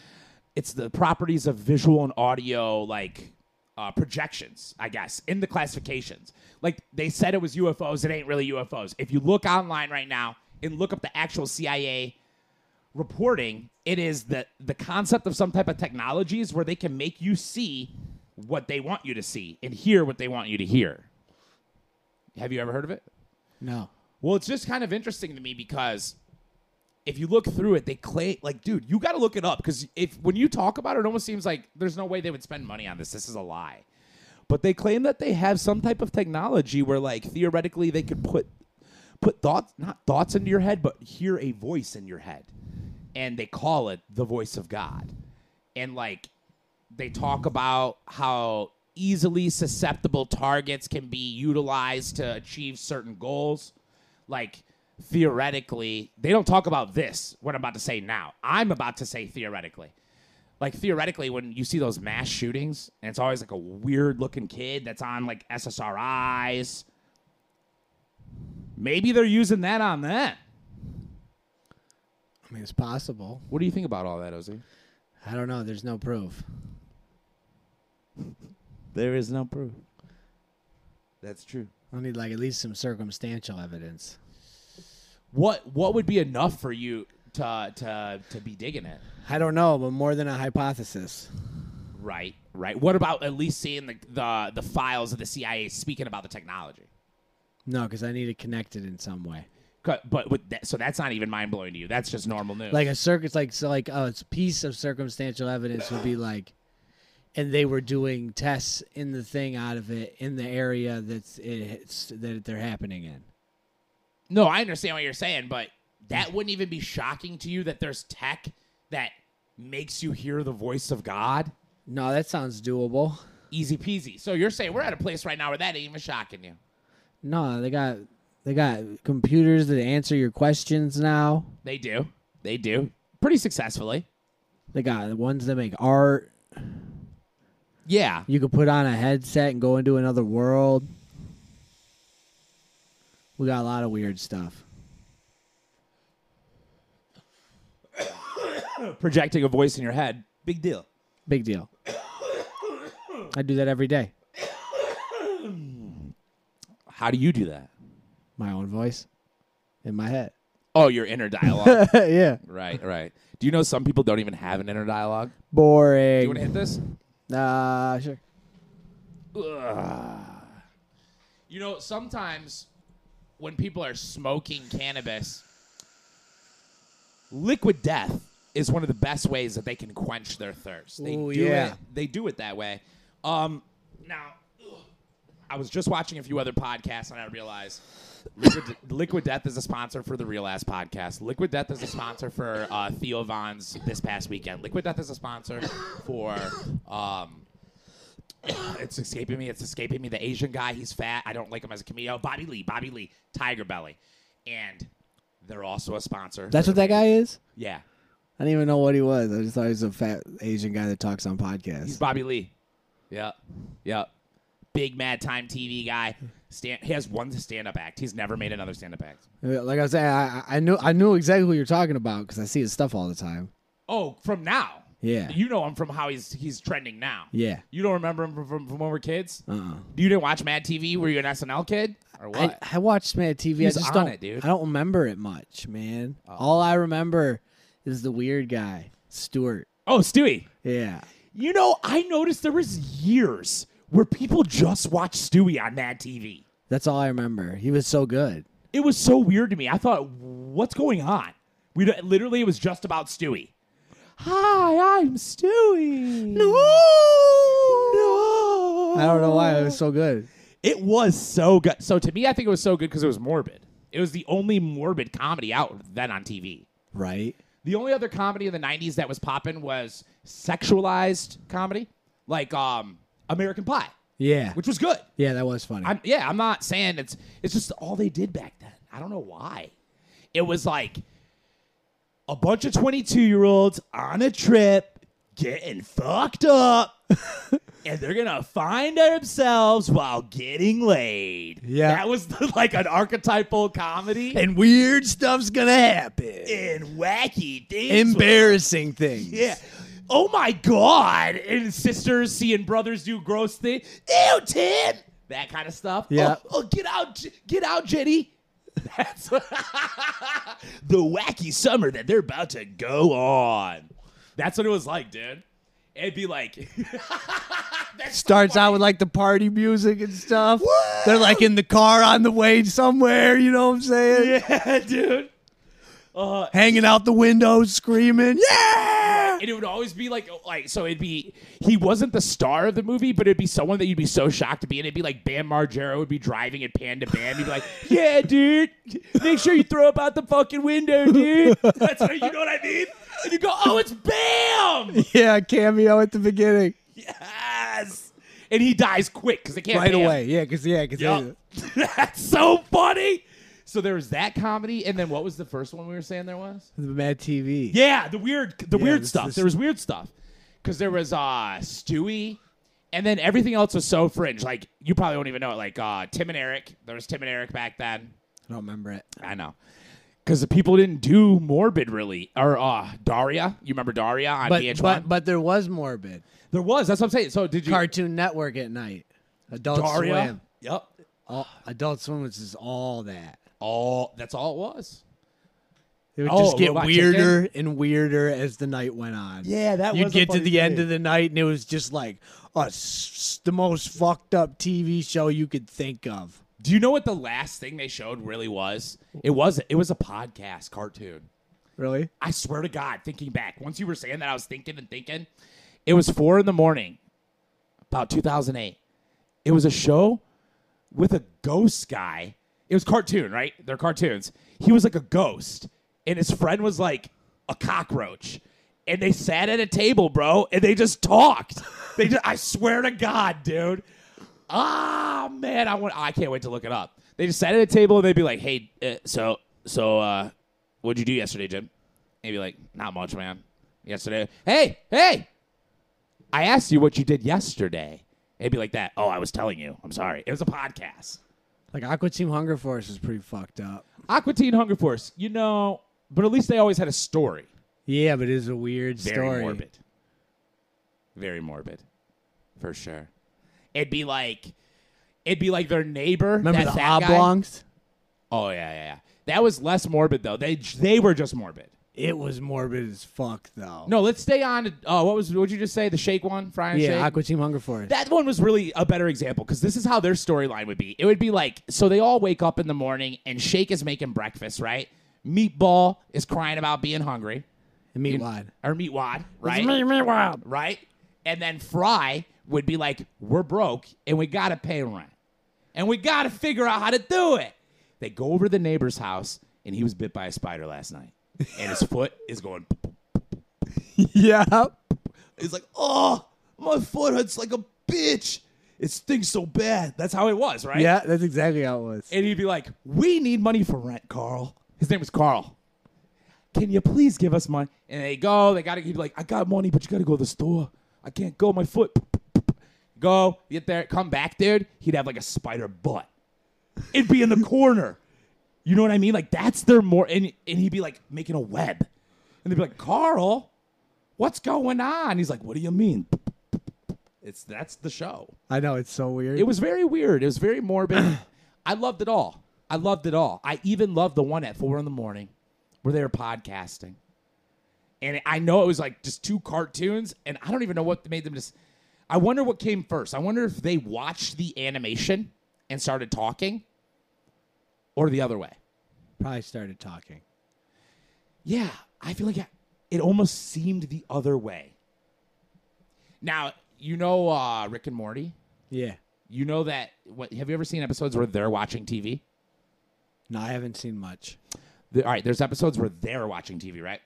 S2: it's the properties of visual and audio like uh, projections, I guess, in the classifications. Like they said it was UFOs, it ain't really UFOs. If you look online right now and look up the actual CIA reporting, it is the the concept of some type of technologies where they can make you see what they want you to see and hear what they want you to hear. Have you ever heard of it?
S1: No.
S2: Well, it's just kind of interesting to me because if you look through it, they claim like, dude, you got to look it up because if when you talk about it, it almost seems like there's no way they would spend money on this. This is a lie. But they claim that they have some type of technology where, like, theoretically, they could put put thoughts not thoughts into your head, but hear a voice in your head, and they call it the voice of God, and like they talk about how easily susceptible targets can be utilized to achieve certain goals. Like theoretically, they don't talk about this, what I'm about to say now. I'm about to say theoretically. Like theoretically, when you see those mass shootings, and it's always like a weird looking kid that's on like SSRIs. Maybe they're using that on that.
S1: I mean, it's possible.
S6: What do you think about all that, Ozzy?
S1: I don't know. There's no proof.
S6: There is no proof. That's true.
S1: I need like at least some circumstantial evidence.
S2: What what would be enough for you to to to be digging it?
S1: I don't know, but more than a hypothesis.
S2: Right, right. What about at least seeing the the, the files of the CIA speaking about the technology?
S1: No, because I need to connect it in some way.
S2: 'Cause- But with that, so that's not even mind blowing to you. That's just normal news.
S1: Like a circus, like so, like oh, it's piece of circumstantial evidence would be like, and they were doing tests in the thing out of it in the area that's it's that they're happening in.
S2: no, I understand what you're saying, but that wouldn't even be shocking to you that there's tech that makes you hear the voice of God.
S1: No, that sounds doable.
S2: Easy peasy. So you're saying we're at a place right now where that ain't even shocking you.
S1: No, they got they got computers that answer your questions now.
S2: They do. They do. Pretty successfully.
S1: They got ones that make art.
S2: Yeah.
S1: You could put on a headset and go into another world. We got a lot of weird stuff.
S2: Projecting a voice in your head. Big deal.
S1: Big deal. I do that every day.
S6: How do you do that?
S1: My own voice in my head.
S6: Oh, your inner dialogue.
S1: yeah.
S6: right, right. Do you know some people don't even have an inner dialogue?
S1: Boring.
S6: You want to hit this?
S1: Ah, sure.
S2: You know, sometimes when people are smoking cannabis, liquid death is one of the best ways that they can quench their thirst. They
S1: Ooh,
S2: do
S1: yeah.
S2: it. They do it that way. Um, now, I was just watching a few other podcasts and I realized Liquid, Liquid Death is a sponsor for the Real Ass Podcast. Liquid Death is a sponsor for uh, Theo Vaughn's this past weekend. Liquid Death is a sponsor for. Um, it's escaping me. It's escaping me. The Asian guy, he's fat. I don't like him as a comedian. Oh, Bobby Lee, Bobby Lee, Tiger Belly, and they're also a sponsor.
S1: That's what that guy is?
S2: Yeah,
S1: I didn't even know what he was. I just thought he was a fat Asian guy that talks on
S2: he's
S1: podcasts.
S2: Bobby Lee. Yep, yep. Big Mad Time TV guy. Stand. He has one stand-up act. He's never made another stand-up act.
S1: Like I was saying, I, I knew I knew exactly who you're talking about because I see his stuff all the time.
S2: Oh, from now.
S1: Yeah.
S2: You know him from how he's he's trending now.
S1: Yeah.
S2: You don't remember him from, from, from when we were kids?
S1: Uh-uh.
S2: You didn't watch Mad TV? Were you an SNL kid? Or what?
S1: I, I watched Mad TV.
S2: He's
S1: I just
S2: on
S1: don't.
S2: it, dude.
S1: I don't remember it much, man. All I remember is the weird guy, Stuart.
S2: oh, Stewie.
S1: Yeah,
S2: You know, I noticed there was years where people just watched Stewie on Mad TV.
S1: that's all I remember. He was so good.
S2: It was so weird to me. I thought, what's going on? We don't- literally it was just about Stewie. Hi, I'm Stewie. No, no.
S1: I don't know why it was so good.
S2: It was so good. So to me, I think it was so good because it was morbid. It was the only morbid comedy out then on TV.
S1: Right?
S2: The only other comedy in the '90s that was popping was sexualized comedy, like um, American Pie,
S1: Yeah.
S2: which was good.
S1: Yeah, that was funny.
S2: I'm, yeah, I'm not saying it's it's just all they did back then. I don't know why. It was like a bunch of 22 year olds on a trip getting fucked up, and they're gonna find themselves while getting laid.
S1: Yeah.
S2: that was like an archetypal comedy and,
S1: weird stuff's gonna happen.
S2: wacky things. were-
S1: Embarrassing things.
S2: yeah. Oh my god! And sisters seeing brothers do gross things. Ew, Tim. That kind of stuff.
S1: Yeah.
S2: Oh, oh, get out, J- get out, Jenny. That's the wacky summer that they're about to go on. That's what it was like, dude. It'd be like. That's
S1: Starts out with like the party music and stuff. They're like in the car on the way somewhere. You know what I'm saying?
S2: yeah, dude.
S1: Hanging out the window, screaming. Yeah.
S2: And it would always be like, oh, like so. It'd be he wasn't the star of the movie, but it'd be someone that you'd be so shocked to be. And it'd be like Bam Margera would be driving and Panda Bam. You'd be like, "Yeah, dude, make sure you throw up out the fucking window, dude." That's what, you know what I mean. And you go, "Oh, it's Bam!"
S1: Yeah, cameo at the beginning.
S2: Yes. And he dies quick because they can't
S1: right
S2: pay him.
S1: away. Yeah, because yeah, because
S2: Yup. That's so funny. So there was that comedy, and then what was the first one we were saying there was?
S1: the Mad TV.
S2: Yeah, the weird, the
S1: Yeah,
S2: weird
S1: this-
S2: stuff.
S1: this-
S2: There was weird stuff because there was uh Stewie, and then everything else was so fringe. Like you probably won't even know it. Like uh Tim and Eric. There was Tim and Eric back then.
S1: I don't remember it.
S2: I know. because the people didn't do morbid really or uh Daria. You remember Daria on
S1: But,
S2: VH1?
S1: but but there was morbid
S2: there was. That's what I'm saying. So did you
S1: Cartoon Network at night, Adult
S2: Daria?
S1: Swim,
S2: Yep.
S1: all, Adult Swim was just all that.
S2: All that's all it was.
S1: It would
S2: Oh,
S1: just get
S2: Robot
S1: weirder and weirder as the night went on.
S2: Yeah, that
S1: You'd
S2: was a
S1: get to
S2: funny
S1: the end
S2: thing.
S1: of the night and it was just like a s- the most fucked up TV show you could think of.
S2: Do you know what the last thing they showed really was? It was it was a podcast cartoon.
S1: Really?
S2: I swear to God, thinking back, once you were saying that, I was thinking and thinking. It was four in the morning, about 2008. It was a show with a ghost guy. It was cartoon, right? They're cartoons. He was like a ghost, and his friend was like a cockroach. And they sat at a table, bro, and they just talked. They just, I swear to God, dude. Ah man, I want. I can't wait to look it up. They just sat at a table and they'd be like, "Hey, uh, so so, uh, what'd you do yesterday, Jim?" And he'd be like, "Not much, man. Yesterday. Hey, hey, I asked you what you did yesterday." It'd be like that. Oh, I was telling you. I'm sorry. It was a podcast.
S1: Like Aqua Team Hunger Force is pretty fucked up.
S2: Aqua Teen Hunger Force. You know, but at least they always had a story.
S1: Yeah, but it is a weird
S2: Very
S1: story.
S2: morbid. Very morbid, for sure. It'd be like, it'd be like their neighbor.
S1: Remember
S2: that
S1: the
S2: fat guy.
S1: oblongs?
S2: Oh yeah, yeah, yeah. That was less morbid though. They they were just morbid.
S1: It was morbid as fuck though.
S2: No, let's stay on. to- Uh, what was? What would you just say? The shake one, fry and
S1: yeah,
S2: shake.
S1: Aqua Team Hunger Force.
S2: that one was really a better example because this is how their storyline would be. It would be like so they all wake up in the morning and Shake is making breakfast, right? Meatball is crying about being hungry,
S1: and Meat Wad.
S2: or Meatwad, right?
S1: Meatwad.
S2: right? And then Fry would be like, "We're broke and we gotta pay rent, and we gotta figure out how to do it." They go over to the neighbor's house, and he was bit by a spider last night, and his foot is going.
S1: Yep.
S2: He's like, "Oh, my foot hurts like a bitch. It stings so bad." That's how it was, right?
S1: Yeah, that's exactly how it was.
S2: And he'd be like, "We need money for rent, Carl." His name was Carl. Can you please give us money? And they go. They got to. He'd be like, "I got money, but you got to go to the store. I can't go. My foot." Go get there. Come back, dude. He'd have like a spider butt. It'd be in the corner. You know what I mean? Like that's their more. And and he'd be like making a web. And they'd be like, "Carl, what's going on?" He's like, "What do you mean?" It's that's the show.
S1: I know it's so weird.
S2: It was very weird. It was very morbid. I loved it all. I loved it all. I even loved the one at four in the morning where they were podcasting. And I know it was like just two cartoons, and I don't even know what made them just. I wonder what came first. I wonder if they watched the animation and started talking or the other way.
S1: Probably started talking.
S2: Yeah, I feel like I- it almost seemed the other way. Now, you know uh, Rick and Morty?
S1: Yeah.
S2: You know that. What, have you ever seen episodes where they're watching TV?
S1: No, I haven't seen much.
S2: the- all right, there's episodes where they're watching TV, right?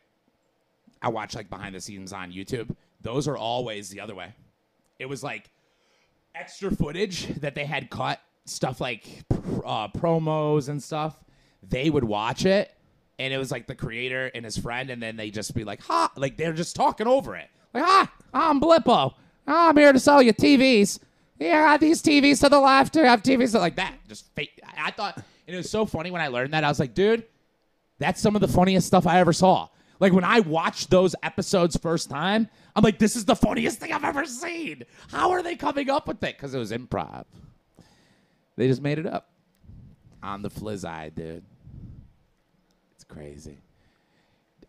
S2: I watch like behind the scenes on YouTube. Those are always the other way. It was like extra footage that they had cut, stuff like pr- uh, promos and stuff. They would watch it, and it was like the creator and his friend, and then they just be like, "Ha!" Like they're just talking over it. Like, "Ha! I'm Blippo. I'm here to sell you TVs. Yeah, I got these TVs to the left. I have TVs to-" like that." Just fake. I- I thought, and it was so funny when I learned that. I was like, "Dude." That's some of the funniest stuff I ever saw. Like when I watched those episodes first time, I'm like, this is the funniest thing I've ever seen. How are they coming up with it? Because it was improv. They just made it up on the flizzy, dude. It's crazy.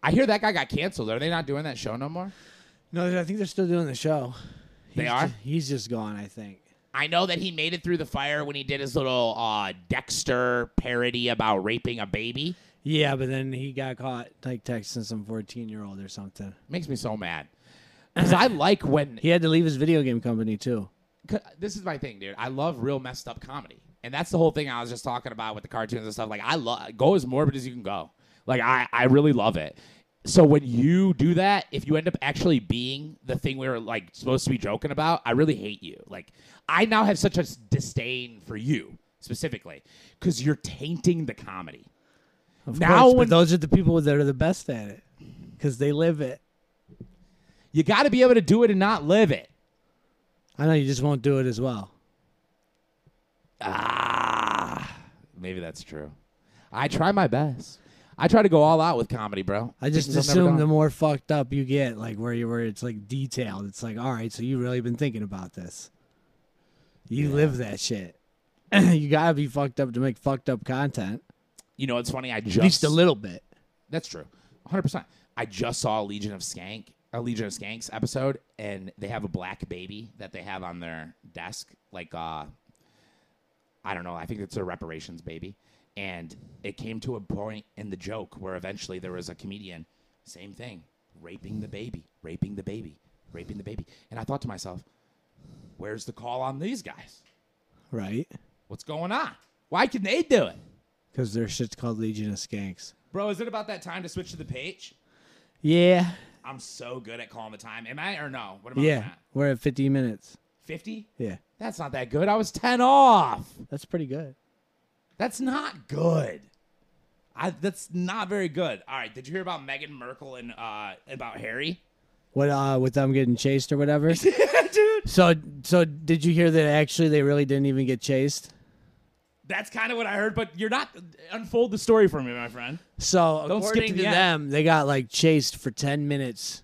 S2: I hear that guy got canceled. Are they not doing that show no more?
S1: No, I think they're still doing the show.
S2: They
S1: He's
S2: are?
S1: ju- he's just gone, I think.
S2: I know that he made it through the fire when he did his little uh, Dexter parody about raping a baby.
S1: Yeah, but then he got caught like texting some 14 year old or something.
S2: Makes me so mad. Because I like when
S1: He had to leave his video game company too.
S2: 'Cause this is my thing, dude. I love real messed up comedy, and that's the whole thing I was just talking about with the cartoons and stuff. Like, I love go as morbid as you can go. Like, I I really love it. So when you do that, if you end up actually being the thing we were like supposed to be joking about, I really hate you. Like, I now have such a s- disdain for you specifically because you're tainting the comedy.
S1: Of
S2: Now
S1: course, but
S2: when-
S1: those are the people that are the best at it because they live it.
S2: You got to be able to do it and not live it.
S1: I know you just won't do it as well.
S2: Ah, maybe that's true. I try my best. I try to go all out with comedy, bro.
S1: I just
S2: Things I've never
S1: assume
S2: done.
S1: the more fucked up you get, like where you where it's like detailed. It's like, all right, so you really been thinking about this. You live that shit. you gotta be fucked up to make fucked up content,
S2: You know, it's funny. I
S1: at least
S2: just
S1: a little bit.
S2: That's true. 100%. I just saw a Legion of Skank, a Legion of Skanks episode, and they have a black baby that they have on their desk. Like, uh, I don't know. I think it's a reparations baby. And it came to a point in the joke where eventually there was a comedian, same thing, raping the baby, raping the baby, raping the baby. And I thought to myself, where's the call on these guys?
S1: Right?
S2: What's going on? Why can they do it?
S1: Because their shit's called Legion of Skanks.
S2: Bro, is it about that time to switch to the page?
S1: Yeah.
S2: I'm so good at calling the time. Am I or no? What am I?
S1: Yeah. We're at 50 minutes.
S2: Fifty?
S1: Yeah.
S2: That's not that good. I was ten off.
S1: That's pretty good.
S2: That's not good. I, that's not very good. All right. Did you hear about Meghan Merkel and uh, about Harry?
S1: What uh with them getting chased or whatever?
S2: Dude,
S1: so so did you hear that actually they really didn't even get chased?
S2: that's kind of what I heard. But you're not unfold the story for me, my friend.
S1: So
S2: Don't skip
S1: according
S2: to
S1: to
S2: the end.
S1: them, they got like chased for ten minutes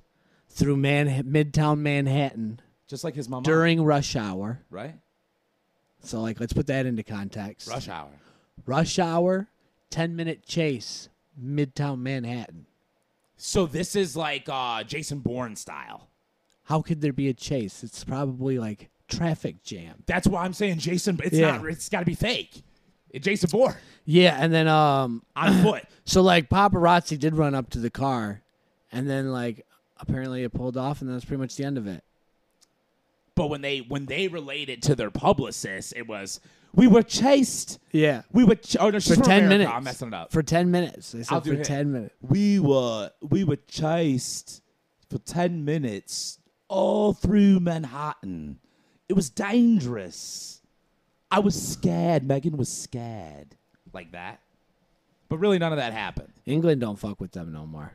S1: through Man Midtown Manhattan
S2: Just like his mom.
S1: during rush hour.
S2: right?
S1: So like, let's put that into context.
S2: Rush hour.
S1: Rush hour, ten minute chase, Midtown Manhattan.
S2: So this is like uh, Jason Bourne style.
S1: How could there be a chase? It's probably like traffic jam.
S2: That's why I'm saying Jason. It's
S1: Yeah.
S2: not. It's got to be fake. Jason Bourne
S1: Yeah, and then um,
S2: on foot.
S1: so like paparazzi did run up to the car, and then like apparently it pulled off, and that's pretty much the end of it.
S2: But when they when they relayed it to their publicist, it was we were chased.
S1: Yeah,
S2: We were ch- oh no, she's
S1: for
S2: from
S1: ten
S2: America.
S1: minutes.
S2: I'm messing it up.
S1: for ten minutes. They said
S2: I'll do
S1: for
S2: it.
S1: ten minutes.
S2: we were we were chased for ten minutes all through Manhattan. It was dangerous. I was scared. Megan was scared like that. But really, none of that happened.
S1: England don't fuck with them no more.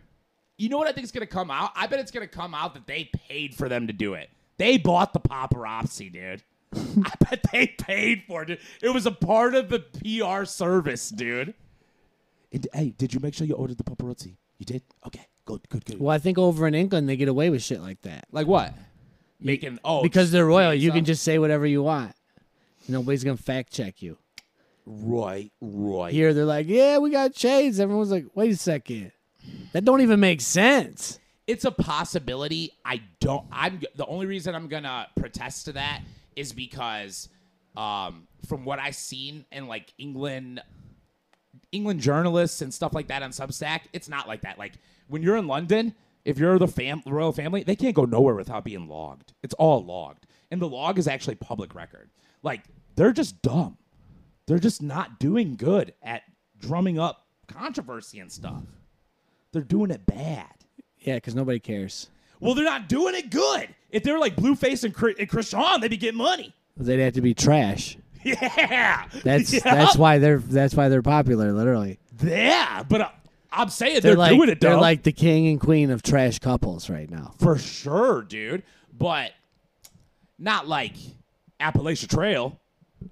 S2: You know what I think is going to come out? I bet it's going to come out that they paid for them to do it. They bought the paparazzi, dude. I bet they paid for it. dude. It was a part of the PR service, dude. And hey, did you make sure you ordered the paparazzi? You did? Okay. Good, good, good.
S1: Well, I think over in England they get away with shit like that
S2: Like what? Making oh
S1: because they're royal.
S2: it's,
S1: You
S2: uh,
S1: can just say whatever you want. Nobody's gonna fact check you.
S2: right, right.
S1: Here they're like, yeah, we got shades. Everyone's like, wait a second, that don't even make sense.
S2: it's a possibility. I don't. I'm the only reason I'm gonna protest to that is because, um, from what I've seen in like England, England journalists and stuff like that on Substack, it's not like that. Like when you're in London, if you're the fam- royal family, they can't go nowhere without being logged. It's all logged, and the log is actually public record. Like they're just dumb. They're just not doing good at drumming up controversy and stuff. They're doing it bad.
S1: Yeah, because nobody cares.
S2: Well, they're not doing it good. If they were like Blueface and, Chris, and Krishan, they'd be getting money.
S1: They'd have to be trash.
S2: Yeah,
S1: That's
S2: yeah.
S1: that's why they're that's why they're popular. Literally,
S2: yeah. But uh, I'm saying they're,
S1: they're, like
S2: doing it.
S1: they're
S2: though.
S1: like the king and queen of trash couples right now.
S2: for sure, dude. But not like Appalachia Trail,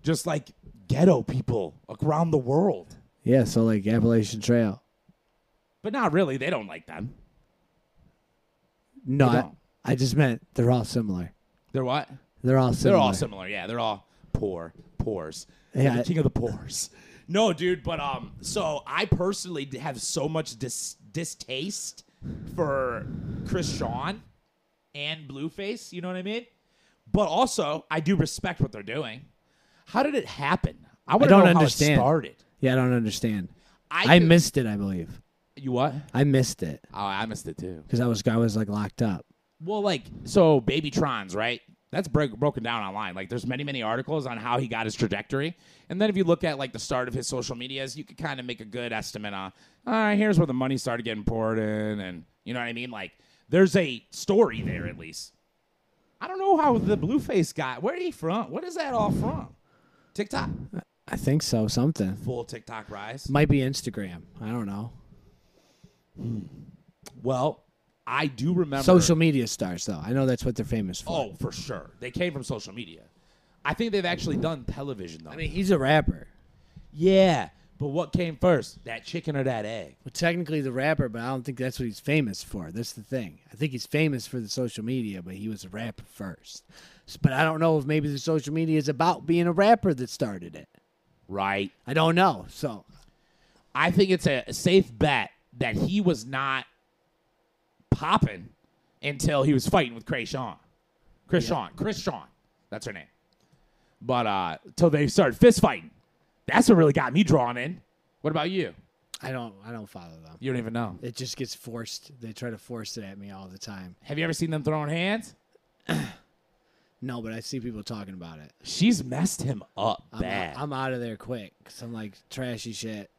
S2: just like ghetto people around the world.
S1: Yeah, so like Appalachian Trail.
S2: But not really. They don't like them.
S1: No,
S2: They
S1: I,
S2: don't.
S1: I just meant they're all similar.
S2: They're what?
S1: They're all
S2: They're
S1: similar.
S2: all similar. Yeah, they're all poor, poors.
S1: Yeah,
S2: They're the
S1: I-
S2: king of the poors. No, dude, but um, so I personally d- have so much dis- distaste for Chris Sean and Blueface. You know what I mean? But also, I do respect what they're doing. How did it happen? I want to
S1: don't
S2: know
S1: understand.
S2: how it started.
S1: Yeah, I don't understand.
S2: I,
S1: I
S2: could-
S1: missed it, I believe.
S2: you what?
S1: I missed it
S2: Oh, I missed it too.
S1: because I was I was like locked up.
S2: Well, like so, Baby Trons, right? That's break, broken down online. Like, there's many, many articles on how he got his trajectory, and then if you look at like the start of his social medias, you could kind of make a good estimate on. All right, here's where the money started getting poured in, and you know what I mean. Like, there's a story there at least. I don't know how the blueface guy. Where he from? What is that all from? TikTok,
S1: I think so. Something
S2: full TikTok rise.
S1: might be Instagram. I don't know.
S2: Well, I do remember
S1: Social media stars though. I know that's what they're famous for.
S2: Oh, for sure, they came from social media. I think they've actually done television though.
S1: I mean, he's a rapper.
S2: Yeah, But what came first, that chicken or that egg?
S1: Well, technically the rapper, but I don't think that's what he's famous for. That's the thing. I think he's famous for the social media, but he was a rapper first. S- But I don't know if maybe the social media is about being a rapper that started it.
S2: Right.
S1: I don't know. So
S2: I think it's a safe bet that he was not popping until he was fighting with Chris Sean. Chris Sean. Chris Sean. That's her name. But uh till they started fist fighting. That's what really got me drawn in. What about you?
S1: I don't. I don't follow them.
S2: You don't even know.
S1: It just gets forced. They try to force it at me all the time.
S2: Have you ever seen them throwing hands?
S1: No, but I see people talking about it.
S2: She's messed him up
S1: I'm,
S2: bad.
S1: I'm out of there quick because I'm like trashy shit.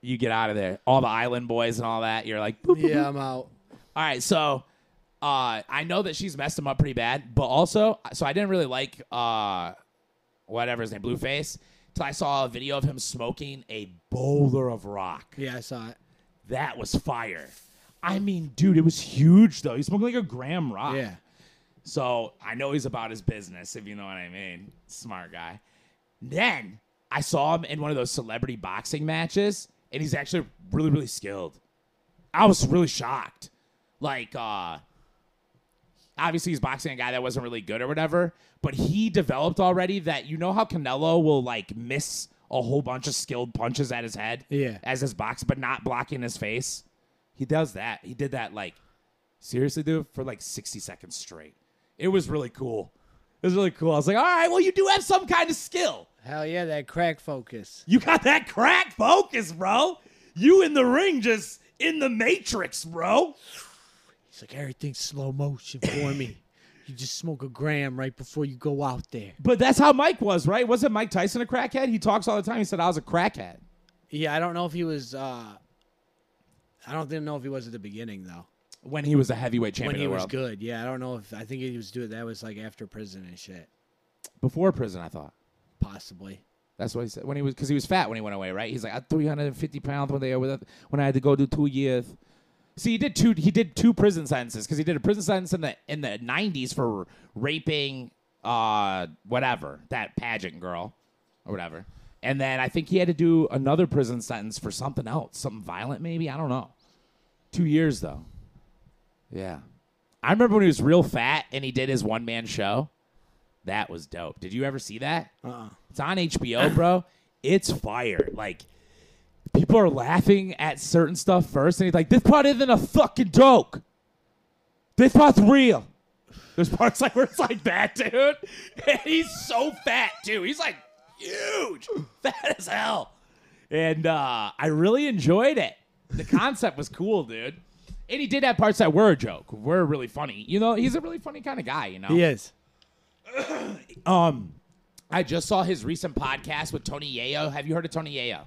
S2: you get out of there. All the island boys and all that. You're like, boop, boop,
S1: Yeah, I'm out.
S2: All right, so uh, I know that she's messed him up pretty bad, but also, so I didn't really like uh, whatever his name, Blueface, till I saw a video of him smoking a bowler of rock.
S1: Yeah, I saw it.
S2: That was fire. I mean, dude, it was huge though. He smoked like a gram rock.
S1: Yeah.
S2: So I know he's about his business, if you know what I mean. Smart guy. Then I saw him in one of those celebrity boxing matches, and he's actually really, really skilled. I was really shocked. Like, uh, obviously he's boxing a guy that wasn't really good or whatever, but he developed already that you know how Canelo will like miss a whole bunch of skilled punches at his head
S1: Yeah.
S2: as his box, but not blocking his face. He does that. He did that like seriously, dude, for like 60 seconds straight. It was really cool. It was really cool. I was like, all right, well, you do have some kind of skill.
S1: Hell yeah, that crack focus.
S2: You got that crack focus, bro. You in the ring, just in the matrix, bro.
S1: It's like everything's slow motion for me. You just smoke a gram right before you go out there.
S2: But that's how Mike was, right? Wasn't Mike Tyson a crackhead? He talks all the time. He said, I was a crackhead.
S1: Yeah, I don't know if he was. uh I don't think- know if he was at the beginning though.
S2: When he was a heavyweight champion
S1: When he
S2: of the
S1: was
S2: world.
S1: good, yeah, I don't know if I think he was doing that was like after prison and shit,
S2: Before prison, I thought.
S1: possibly.
S2: That's what he said. When he was, because he was fat when he went away, right? He's like, I'm 350 pounds when they when I had to go do two years. See, he did two. He did two prison sentences because he did a prison sentence in the in the 90s for raping, uh, whatever that pageant girl, or whatever. And then I think he had to do another prison sentence for something else, something violent, maybe. I don't know. Two years though. Yeah, I remember when he was real fat and he did his one man show. That was dope. Did you ever see that?
S1: Uh-uh.
S2: It's on HBO, bro. It's fire. Like people are laughing at certain stuff first, and he's like, "This part isn't a fucking joke. This part's real." There's parts like where it's like that, dude. And he's so fat too. He's like huge, fat as hell. And uh, I really enjoyed it. The concept was cool, dude. And he did have parts that were a joke, were really funny. You know, he's a really funny kind of guy. You know,
S1: He is.
S2: um, I just saw his recent podcast with Tony Yayo. Have you heard of Tony Yayo?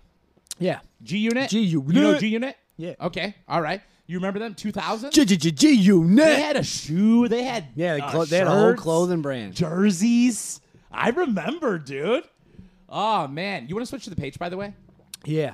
S1: Yeah.
S2: G Unit.
S1: G Unit.
S2: You know G Unit?
S1: Yeah.
S2: Okay. All right. You remember them? Two thousand.
S1: G
S2: They
S1: unit.
S2: had a shoe. They had
S1: Yeah, they,
S2: uh,
S1: clo- they had a whole
S2: shirts,
S1: clothing brand.
S2: jerseys. I remember, dude. Oh man, you want to switch to the page, by the way?
S1: Yeah.